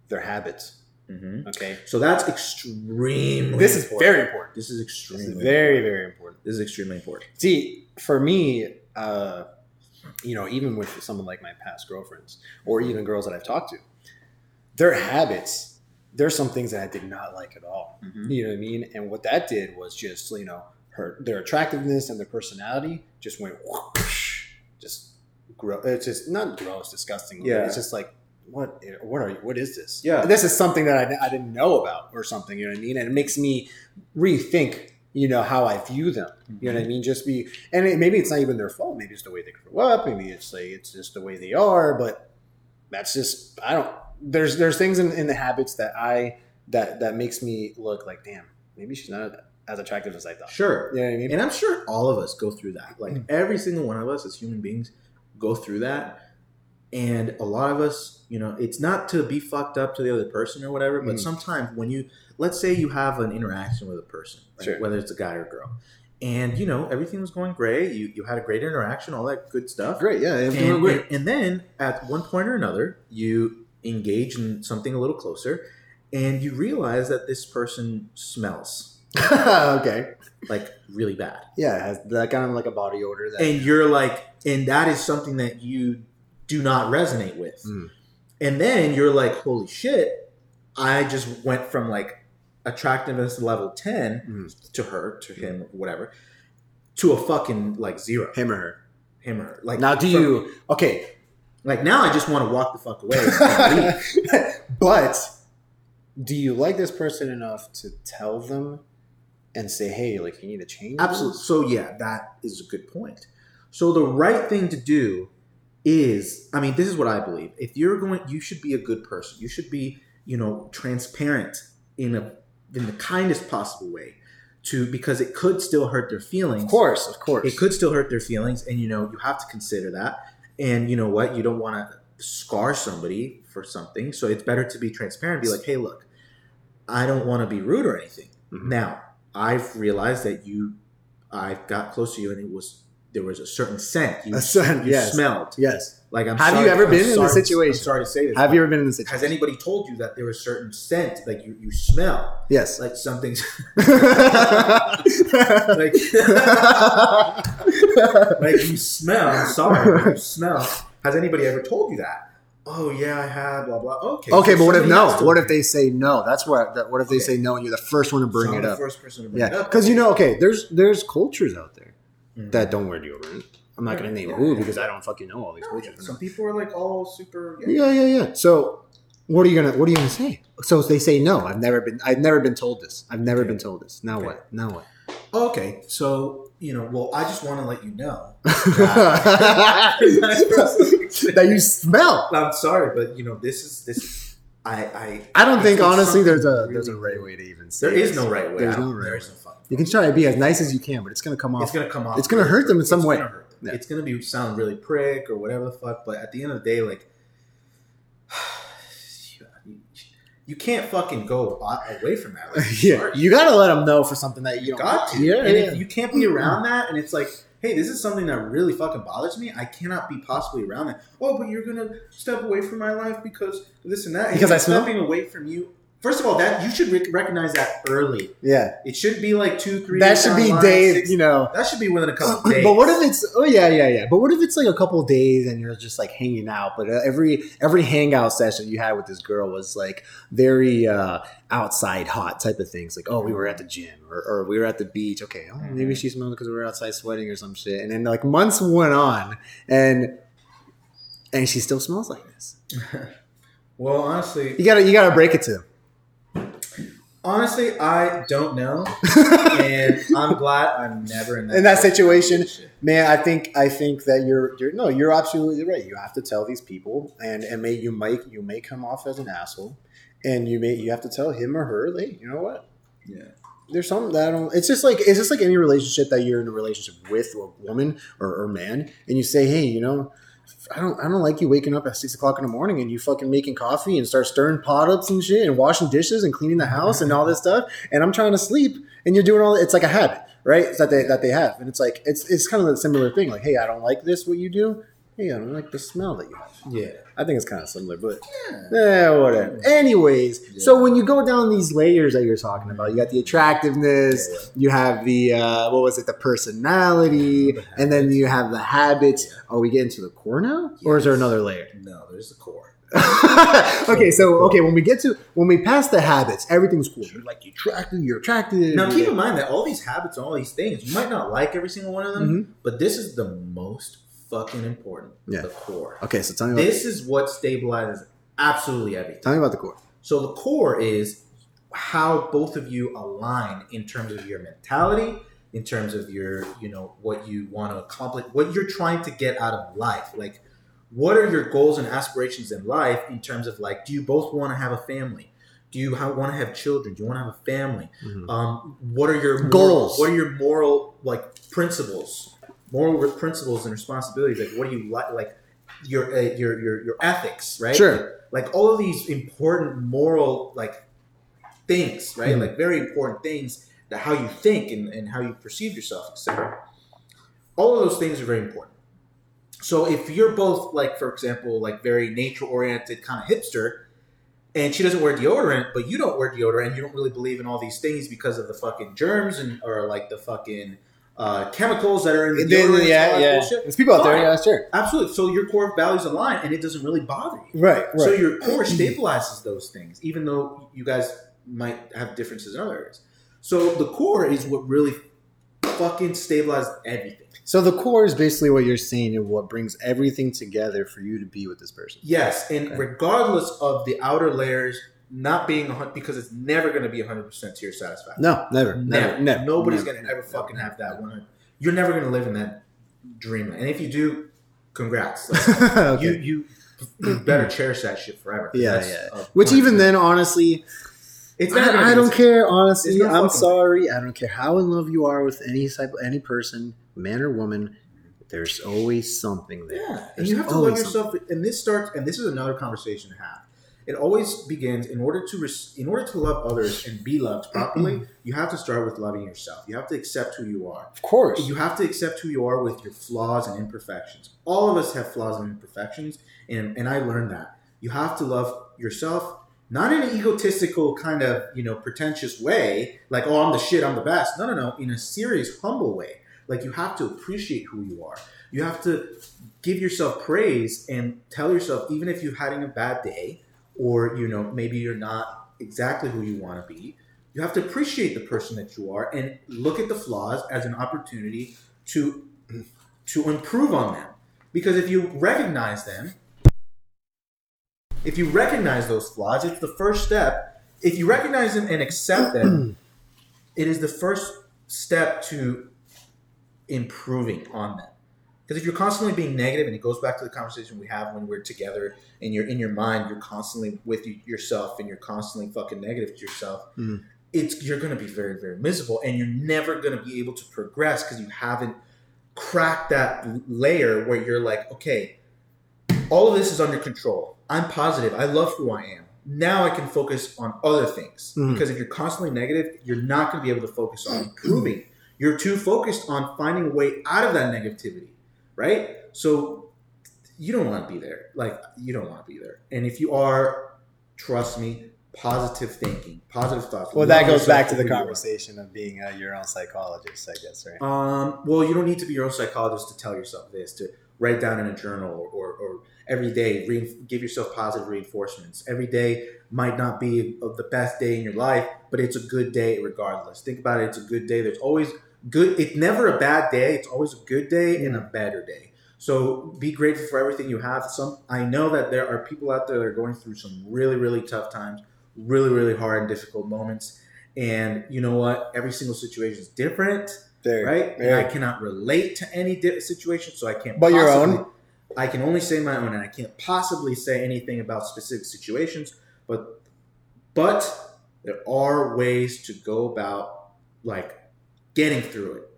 Speaker 1: Their habits.
Speaker 2: mhm.
Speaker 1: Okay,
Speaker 2: so that's extremely.
Speaker 1: this is
Speaker 2: important.
Speaker 1: very important.
Speaker 2: This is
Speaker 1: This
Speaker 2: extremely.
Speaker 1: is very
Speaker 2: important.
Speaker 1: very important.
Speaker 2: This is extremely important.
Speaker 1: See, for me, uh, you know, even with someone like my past girlfriends or even girls that I've talked to, their habits, there's some things that I did not like at all.
Speaker 2: Mm-hmm.
Speaker 1: You know what I mean? And what that did was just, you know, her their attractiveness and their personality just went whoosh, just grow. It's just not gross, disgusting. but
Speaker 2: Yeah.
Speaker 1: it's just like what? What are you? What is this?
Speaker 2: Yeah.
Speaker 1: this is something that I, I didn't know about or something. You know what I mean? And it makes me rethink. You know how I view them. You
Speaker 2: Mm-hmm.
Speaker 1: know what I mean? Just be, and it, maybe it's not even their fault. Maybe it's the way they grew up. Maybe it's like it's just the way they are. But that's just I don't. There's there's things in, in the habits that I that that makes me look like damn. Maybe she's not as attractive as I thought.
Speaker 2: Sure.
Speaker 1: You know what I mean?
Speaker 2: And I'm sure all of us go through that. Like
Speaker 1: Mm.
Speaker 2: every single one of us as human beings go through that. And a lot of us, you know, it's not to be fucked up to the other person or whatever, but
Speaker 1: Mm.
Speaker 2: sometimes when you, let's say you have an interaction with a person, right?
Speaker 1: Sure.
Speaker 2: whether it's a guy or a girl, and you know everything was going great. You you had a great interaction, all that good stuff.
Speaker 1: Great, yeah,
Speaker 2: And,
Speaker 1: everything went great.
Speaker 2: and- and then at one point or another, you engage in something a little closer, and you realize that this person smells
Speaker 1: okay,
Speaker 2: like really bad,
Speaker 1: yeah, it has that kind of like a body odor that
Speaker 2: and you're like, and that is something that you do not resonate with,
Speaker 1: Mm.
Speaker 2: and then you're like, holy shit, I just went from like attractiveness level ten
Speaker 1: Mm.
Speaker 2: to her, to him, whatever, to a fucking like zero.
Speaker 1: him or her.
Speaker 2: Him or her. like
Speaker 1: Now, do
Speaker 2: from-
Speaker 1: you okay?
Speaker 2: like now? I just want to walk the fuck away. and leave.
Speaker 1: but do you like this person enough to tell them and say, "Hey, like you need to change"? this?
Speaker 2: Absolutely. So yeah, that is a good point. So the right thing to do is, I mean, this is what I believe. If you're going, you should be a good person. You should be, you know, transparent in a in the kindest possible way, to because it could still hurt their feelings.
Speaker 1: Of course, of course.
Speaker 2: it could still hurt their feelings and you know you have to consider that and you know what you don't want to scar somebody for something so it's better to be transparent be like hey look i don't want to be rude or anything
Speaker 1: Mhm.
Speaker 2: now i've realized that you i got close to you and it was there was a certain scent you,
Speaker 1: A certain-
Speaker 2: you
Speaker 1: yes.
Speaker 2: smelled
Speaker 1: yes.
Speaker 2: like i'm
Speaker 1: Have you
Speaker 2: sorry-
Speaker 1: ever
Speaker 2: I'm
Speaker 1: been in this
Speaker 2: sorry-
Speaker 1: situation?
Speaker 2: i'm sorry to say this
Speaker 1: Have
Speaker 2: but
Speaker 1: you ever been in this
Speaker 2: has
Speaker 1: situation?
Speaker 2: anybody told you that there was certain scent like you, you smell
Speaker 1: Yes.
Speaker 2: like something's
Speaker 1: Like,
Speaker 2: like like you smell. I'm sorry, you smell. Has anybody ever told you that? Oh yeah, I have. Blah blah. Okay.
Speaker 1: okay,
Speaker 2: so
Speaker 1: but what if
Speaker 2: somebody
Speaker 1: no?
Speaker 2: else told
Speaker 1: What
Speaker 2: you.
Speaker 1: if they say no? That's what. That, what if they
Speaker 2: Okay.
Speaker 1: say no and you're the first one to bring
Speaker 2: So I'm
Speaker 1: it
Speaker 2: the
Speaker 1: up?
Speaker 2: First person to bring it
Speaker 1: Yeah,
Speaker 2: up.
Speaker 1: because you know, okay, there's there's cultures out there
Speaker 2: Mhm.
Speaker 1: that don't wear deodorant. I'm not gonna
Speaker 2: Right,
Speaker 1: name
Speaker 2: yeah,
Speaker 1: who
Speaker 2: yeah.
Speaker 1: because I don't fucking know all these
Speaker 2: No, yeah,
Speaker 1: cultures.
Speaker 2: some people are like all super. Yeah.
Speaker 1: Yeah, yeah, yeah. So what are you gonna what are you gonna say? So they say no. I've never been I've never been told this. I've never
Speaker 2: Okay.
Speaker 1: been told this. Now
Speaker 2: Okay.
Speaker 1: what? Now what?
Speaker 2: Okay, so you know, well, I just want to let you know.
Speaker 1: that you smell.
Speaker 2: I'm sorry, but you know, this is this. I I
Speaker 1: I don't think
Speaker 2: It's
Speaker 1: honestly there's a
Speaker 2: something
Speaker 1: there's a
Speaker 2: really-
Speaker 1: right way to even say
Speaker 2: there is
Speaker 1: this.
Speaker 2: no right way.
Speaker 1: There's
Speaker 2: I don't-
Speaker 1: no right
Speaker 2: there
Speaker 1: way.
Speaker 2: is no fucking
Speaker 1: You can try to be as nice as you can, but it's gonna come
Speaker 2: It's
Speaker 1: off.
Speaker 2: gonna come off.
Speaker 1: It's gonna hurt them in some
Speaker 2: It's
Speaker 1: way.
Speaker 2: gonna hurt them.
Speaker 1: Yeah.
Speaker 2: It's gonna be sound really prick or whatever the fuck. But at the end of the day, like, you, you can't fucking go a- away from that. Like, I'm
Speaker 1: yeah,
Speaker 2: sorry.
Speaker 1: you gotta let them know for something that you
Speaker 2: you
Speaker 1: don't.
Speaker 2: got to.
Speaker 1: Yeah,
Speaker 2: and
Speaker 1: yeah.
Speaker 2: If you can't be around that, and it's like, hey, this is something that really fucking bothers me. I cannot be possibly around that. Oh, but you're gonna step away from my life because this and that. And
Speaker 1: Because
Speaker 2: you're
Speaker 1: I smell?
Speaker 2: stepping away from you. First of all, that you should rec- recognize that early.
Speaker 1: yeah,
Speaker 2: It should be like two, three.
Speaker 1: that should
Speaker 2: days
Speaker 1: be
Speaker 2: down the line,
Speaker 1: Dave.
Speaker 2: six
Speaker 1: You know,
Speaker 2: that should be within a couple of days.
Speaker 1: but what if it's oh yeah yeah yeah but what if it's like a couple of days and you're just like hanging out but uh, every every hangout session you had with this girl was like very uh outside hot type of things like oh we were at the gym or, or we were at the beach okay oh, maybe she smelled because we were outside sweating or some shit and then like months went on and and she still smells like this
Speaker 2: Well, honestly,
Speaker 1: you gotta you gotta break it to him
Speaker 2: honestly, I don't know, and I'm glad I'm never in that
Speaker 1: In that situation. Man, I think I think that you're you're no, you're absolutely right. You have to tell these people, and and may you might you may come off as an asshole, and you may you have to tell him or her, hey, you know what?
Speaker 2: Yeah.
Speaker 1: There's something that I don't. It's just like it's just like any relationship that you're in a relationship with a woman or, or man, and you say, hey, you know. I don't. I don't like you waking up at six o'clock in the morning and you fucking making coffee and start stirring pot ups and shit and washing dishes and cleaning the house and all this stuff. And I'm trying to sleep and you're doing all. It's like a habit right? That they that they have, and it's like it's it's kind of a similar thing. Like, hey, I don't like this what you do. Hey, I don't like the smell that you have.
Speaker 2: Yeah.
Speaker 1: I think it's kind of similar, but
Speaker 2: Yeah.
Speaker 1: eh, whatever. Anyways, so when you go down these layers that you're talking about, you got the attractiveness,
Speaker 2: Yeah.
Speaker 1: you have the uh, what was it, the personality,
Speaker 2: The
Speaker 1: and then you have the habits.
Speaker 2: Yeah.
Speaker 1: Are we getting to the core now, or is there
Speaker 2: Yes.
Speaker 1: another layer?
Speaker 2: No, there's the core.
Speaker 1: okay, so okay, when we get to when we pass the habits, everything's cool. You're like you're attractive, you're attractive.
Speaker 2: Now, keep in mind that all these habits and all these things, you might not like every single one of them,
Speaker 1: Mhm.
Speaker 2: but this is the most fucking important.
Speaker 1: Yeah.
Speaker 2: The core.
Speaker 1: Okay, so tell me about
Speaker 2: This is what stabilizes absolutely everything.
Speaker 1: tell me about the core.
Speaker 2: So the core is how both of you align in terms of your mentality, in terms of your, you know, what you want to accomplish, what you're trying to get out of life. Like, what are your goals and aspirations in life in terms of like, do you both want to have a family? Do you ha- want to have children? Do you want to have a family?
Speaker 1: Mhm.
Speaker 2: Um, what are your moral,
Speaker 1: Goals.
Speaker 2: What are your moral like principles? Moral re- principles and responsibilities. Like, what do you like? Like your uh, your your your ethics, right?
Speaker 1: Sure.
Speaker 2: like all of these important moral like things right
Speaker 1: Mhm.
Speaker 2: like very important things the how you think and, and how you perceive yourself, etc. All of those things are very important. So if you're both like, for example, like very nature oriented kind of hipster, and she doesn't wear deodorant, but you don't wear deodorant, and you don't really believe in all these things because of the fucking germs and or like the fucking uh, chemicals that are in the
Speaker 3: Then,
Speaker 2: deodorant. and
Speaker 3: yeah,
Speaker 2: all that
Speaker 3: yeah.
Speaker 2: bullshit.
Speaker 1: There's people out there,
Speaker 2: Fine.
Speaker 1: yeah, sure.
Speaker 2: Absolutely. So your core values align, and it doesn't really bother you.
Speaker 1: Right, right.
Speaker 2: So your core stabilizes those things, even though you guys might have differences in other areas. So the core is what really fucking stabilizes everything.
Speaker 1: So the core is basically what you're saying and what brings everything together for you to be with this person.
Speaker 2: Yes, and
Speaker 1: Okay.
Speaker 2: regardless of the outer layers not being a hun- because it's never going to be hundred percent to your satisfaction.
Speaker 1: No, never, never, never.
Speaker 2: Nobody's
Speaker 1: never,
Speaker 2: going to ever
Speaker 1: never,
Speaker 2: fucking
Speaker 1: never,
Speaker 2: have that
Speaker 1: never.
Speaker 2: one. You're never going to live in that dreamland, and if you do, congrats. Like,
Speaker 1: Okay.
Speaker 2: You you. You better cherish that shit forever. 'cause
Speaker 1: Yeah,
Speaker 2: that's
Speaker 1: yeah.
Speaker 2: a
Speaker 1: Which
Speaker 2: point.
Speaker 1: even then, honestly,
Speaker 2: it's not
Speaker 1: I, I don't care.
Speaker 2: It's
Speaker 1: Honestly,
Speaker 2: not
Speaker 1: I'm
Speaker 2: fucking-
Speaker 1: sorry. I don't care how in love you are with any type, any person, man or woman. There's always something there.
Speaker 2: Yeah, and
Speaker 1: There's
Speaker 2: you have to love
Speaker 1: always
Speaker 2: yourself. And this starts, and this is another conversation to have. It always begins in order to res- in order to love others and be loved
Speaker 1: Mm.
Speaker 2: properly. you have to start with loving yourself. You have to accept who you are.
Speaker 1: Of course.
Speaker 2: You have to accept who you are with your flaws and imperfections. All of us have flaws and imperfections, and and I learned that you have to love yourself. Not in an egotistical kind of you know pretentious way, like oh I'm the shit, I'm the best. No, no, no. In a serious, humble way, like you have to appreciate who you are. You have to give yourself praise and tell yourself even if you're having a bad day or you know maybe you're not exactly who you want to be you have to appreciate the person that you are and look at the flaws as an opportunity to to improve on them because if you recognize them if you recognize those flaws it's the first step if you recognize them and accept them it is the first step to improving on them because if you're constantly being negative, and it goes back to the conversation we have when we're together, and you're in your mind, you're constantly with you, yourself, and you're constantly fucking negative to yourself.
Speaker 1: Mm.
Speaker 2: It's you're going to be very, very miserable, and you're never going to be able to progress because you haven't cracked that l- layer where you're like, okay, all of this is under control. I'm positive. I love who I am. Now I can focus on other things
Speaker 1: Mhm.
Speaker 2: because if you're constantly negative, you're not going to be able to focus on improving. You're too focused on finding a way out of that negativity right? So you don't want to be there. Like you don't want to be there. And if you are, trust me, positive thinking, positive thoughts.
Speaker 3: Well, that
Speaker 2: Love
Speaker 3: goes
Speaker 2: yourself
Speaker 3: back to
Speaker 2: for
Speaker 3: the
Speaker 2: who you are.
Speaker 3: conversation of being uh, your own psychologist, I guess, right?
Speaker 2: Um, well, you don't need to be your own psychologist to tell yourself this. To write down in a journal or, or, or every day, re- give yourself positive reinforcements. Every day might not be of the best day in your life, but it's a good day regardless. Think about it; it's a good day. There's always good. It's never a bad day. It's always a good day and a better day. So be grateful for everything you have. Some I know that there are people out there that are going through some really, really tough times, really, really hard and difficult moments. And you know what? Every single situation is different
Speaker 3: Very,
Speaker 2: right? And I
Speaker 3: very.
Speaker 2: cannot relate to any di- situation, so I can't.
Speaker 3: But your
Speaker 2: possibly-
Speaker 3: own?
Speaker 2: I can only say my own, and I can't possibly say anything about specific situations. But, but there are ways to go about like getting through it.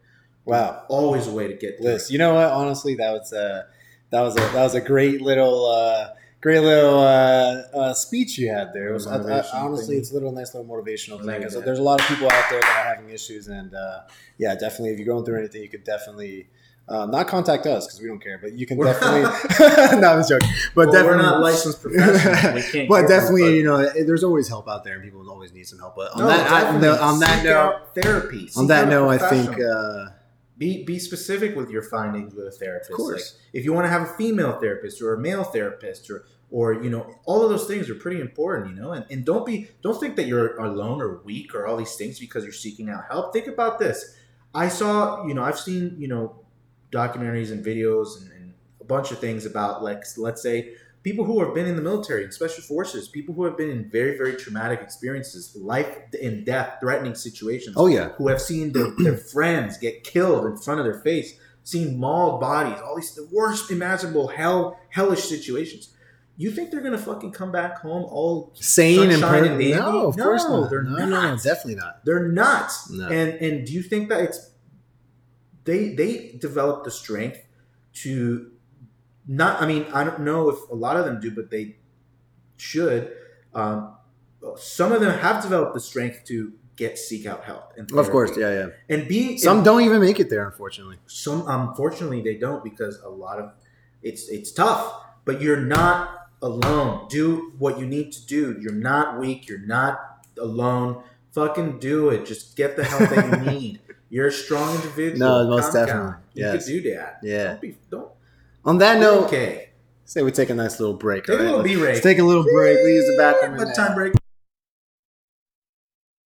Speaker 3: Wow.
Speaker 2: Always a way to get through
Speaker 3: Liz, you know what? Honestly, that was a that was a that was a great little uh, great little uh, uh, speech you had there. It was, I, I-
Speaker 2: Motivational
Speaker 3: honestly,
Speaker 2: thing.
Speaker 3: it's a little nice little motivational thing.
Speaker 2: Like
Speaker 3: 'Cause
Speaker 2: that.
Speaker 3: there's a lot of people out there that are having issues, and uh, yeah, definitely, if you're going through anything, you could definitely. Uh, not contact us because we don't care, but you can
Speaker 2: We're-
Speaker 3: definitely. no, I'm joking,
Speaker 2: it.
Speaker 3: but
Speaker 2: Well,
Speaker 3: definitely
Speaker 2: we're not licensed professionals. We can't
Speaker 1: But
Speaker 2: give
Speaker 1: definitely,
Speaker 2: them,
Speaker 1: you know, it- there's always help out there, and people always need some help. But
Speaker 2: but-
Speaker 1: on
Speaker 2: No,
Speaker 1: that, I,
Speaker 2: definitely.
Speaker 1: no, on that
Speaker 2: Seek
Speaker 1: note,
Speaker 2: out therapy.
Speaker 1: on
Speaker 2: Seek out
Speaker 1: that
Speaker 2: a
Speaker 1: note, I think.
Speaker 2: professional.
Speaker 1: Uh,
Speaker 2: be be specific with your findings with a therapist.
Speaker 1: Of course.
Speaker 2: Like, if you want to have a female therapist or a male therapist or or you know all of those things are pretty important you know and, and don't be don't think that you're alone or weak or all these things because you're seeking out help think about this i saw you know i've seen you know documentaries and videos and, and a bunch of things about like let's say people who have been in the military and special forces people who have been in very very traumatic experiences life and death threatening
Speaker 3: uh,
Speaker 2: situations
Speaker 1: oh yeah,
Speaker 2: who have seen their, their friends get killed in front of their face, seen mauled bodies, all these the worst imaginable hell hellish situations. You think they're gonna fucking come back home all
Speaker 1: sane and
Speaker 2: Sunshine and
Speaker 1: perfect.
Speaker 2: Dandy?
Speaker 1: No, of
Speaker 2: No,
Speaker 1: course not.
Speaker 2: they're
Speaker 1: no, no,
Speaker 2: not.
Speaker 1: definitely not.
Speaker 2: they're not.
Speaker 1: No.
Speaker 2: And and do you think that it's they they develop the strength to not I mean, I don't know if a lot of them do, but they should. Um, some of them have developed the strength to get seek out help and
Speaker 1: Of course,
Speaker 2: therapy.
Speaker 1: yeah, yeah.
Speaker 2: and be
Speaker 1: Some don't even make it there, unfortunately.
Speaker 2: some unfortunately they don't because a lot of it's it's tough but you're not alone do what you need to do you're not weak you're not alone fucking do it just get the help that you need you're a strong individual
Speaker 1: No, most
Speaker 2: Calm
Speaker 1: definitely.
Speaker 2: down. you
Speaker 1: Yes.
Speaker 2: can do that
Speaker 1: Yeah.
Speaker 2: don't be don't
Speaker 1: On that
Speaker 2: I
Speaker 1: note,
Speaker 2: okay
Speaker 1: say we take a nice little break.
Speaker 2: take
Speaker 1: all
Speaker 2: a
Speaker 1: right?
Speaker 2: little
Speaker 1: Let's-
Speaker 2: b break
Speaker 1: Let's take a little break. We use the bathroom. in
Speaker 2: But
Speaker 1: there.
Speaker 2: time break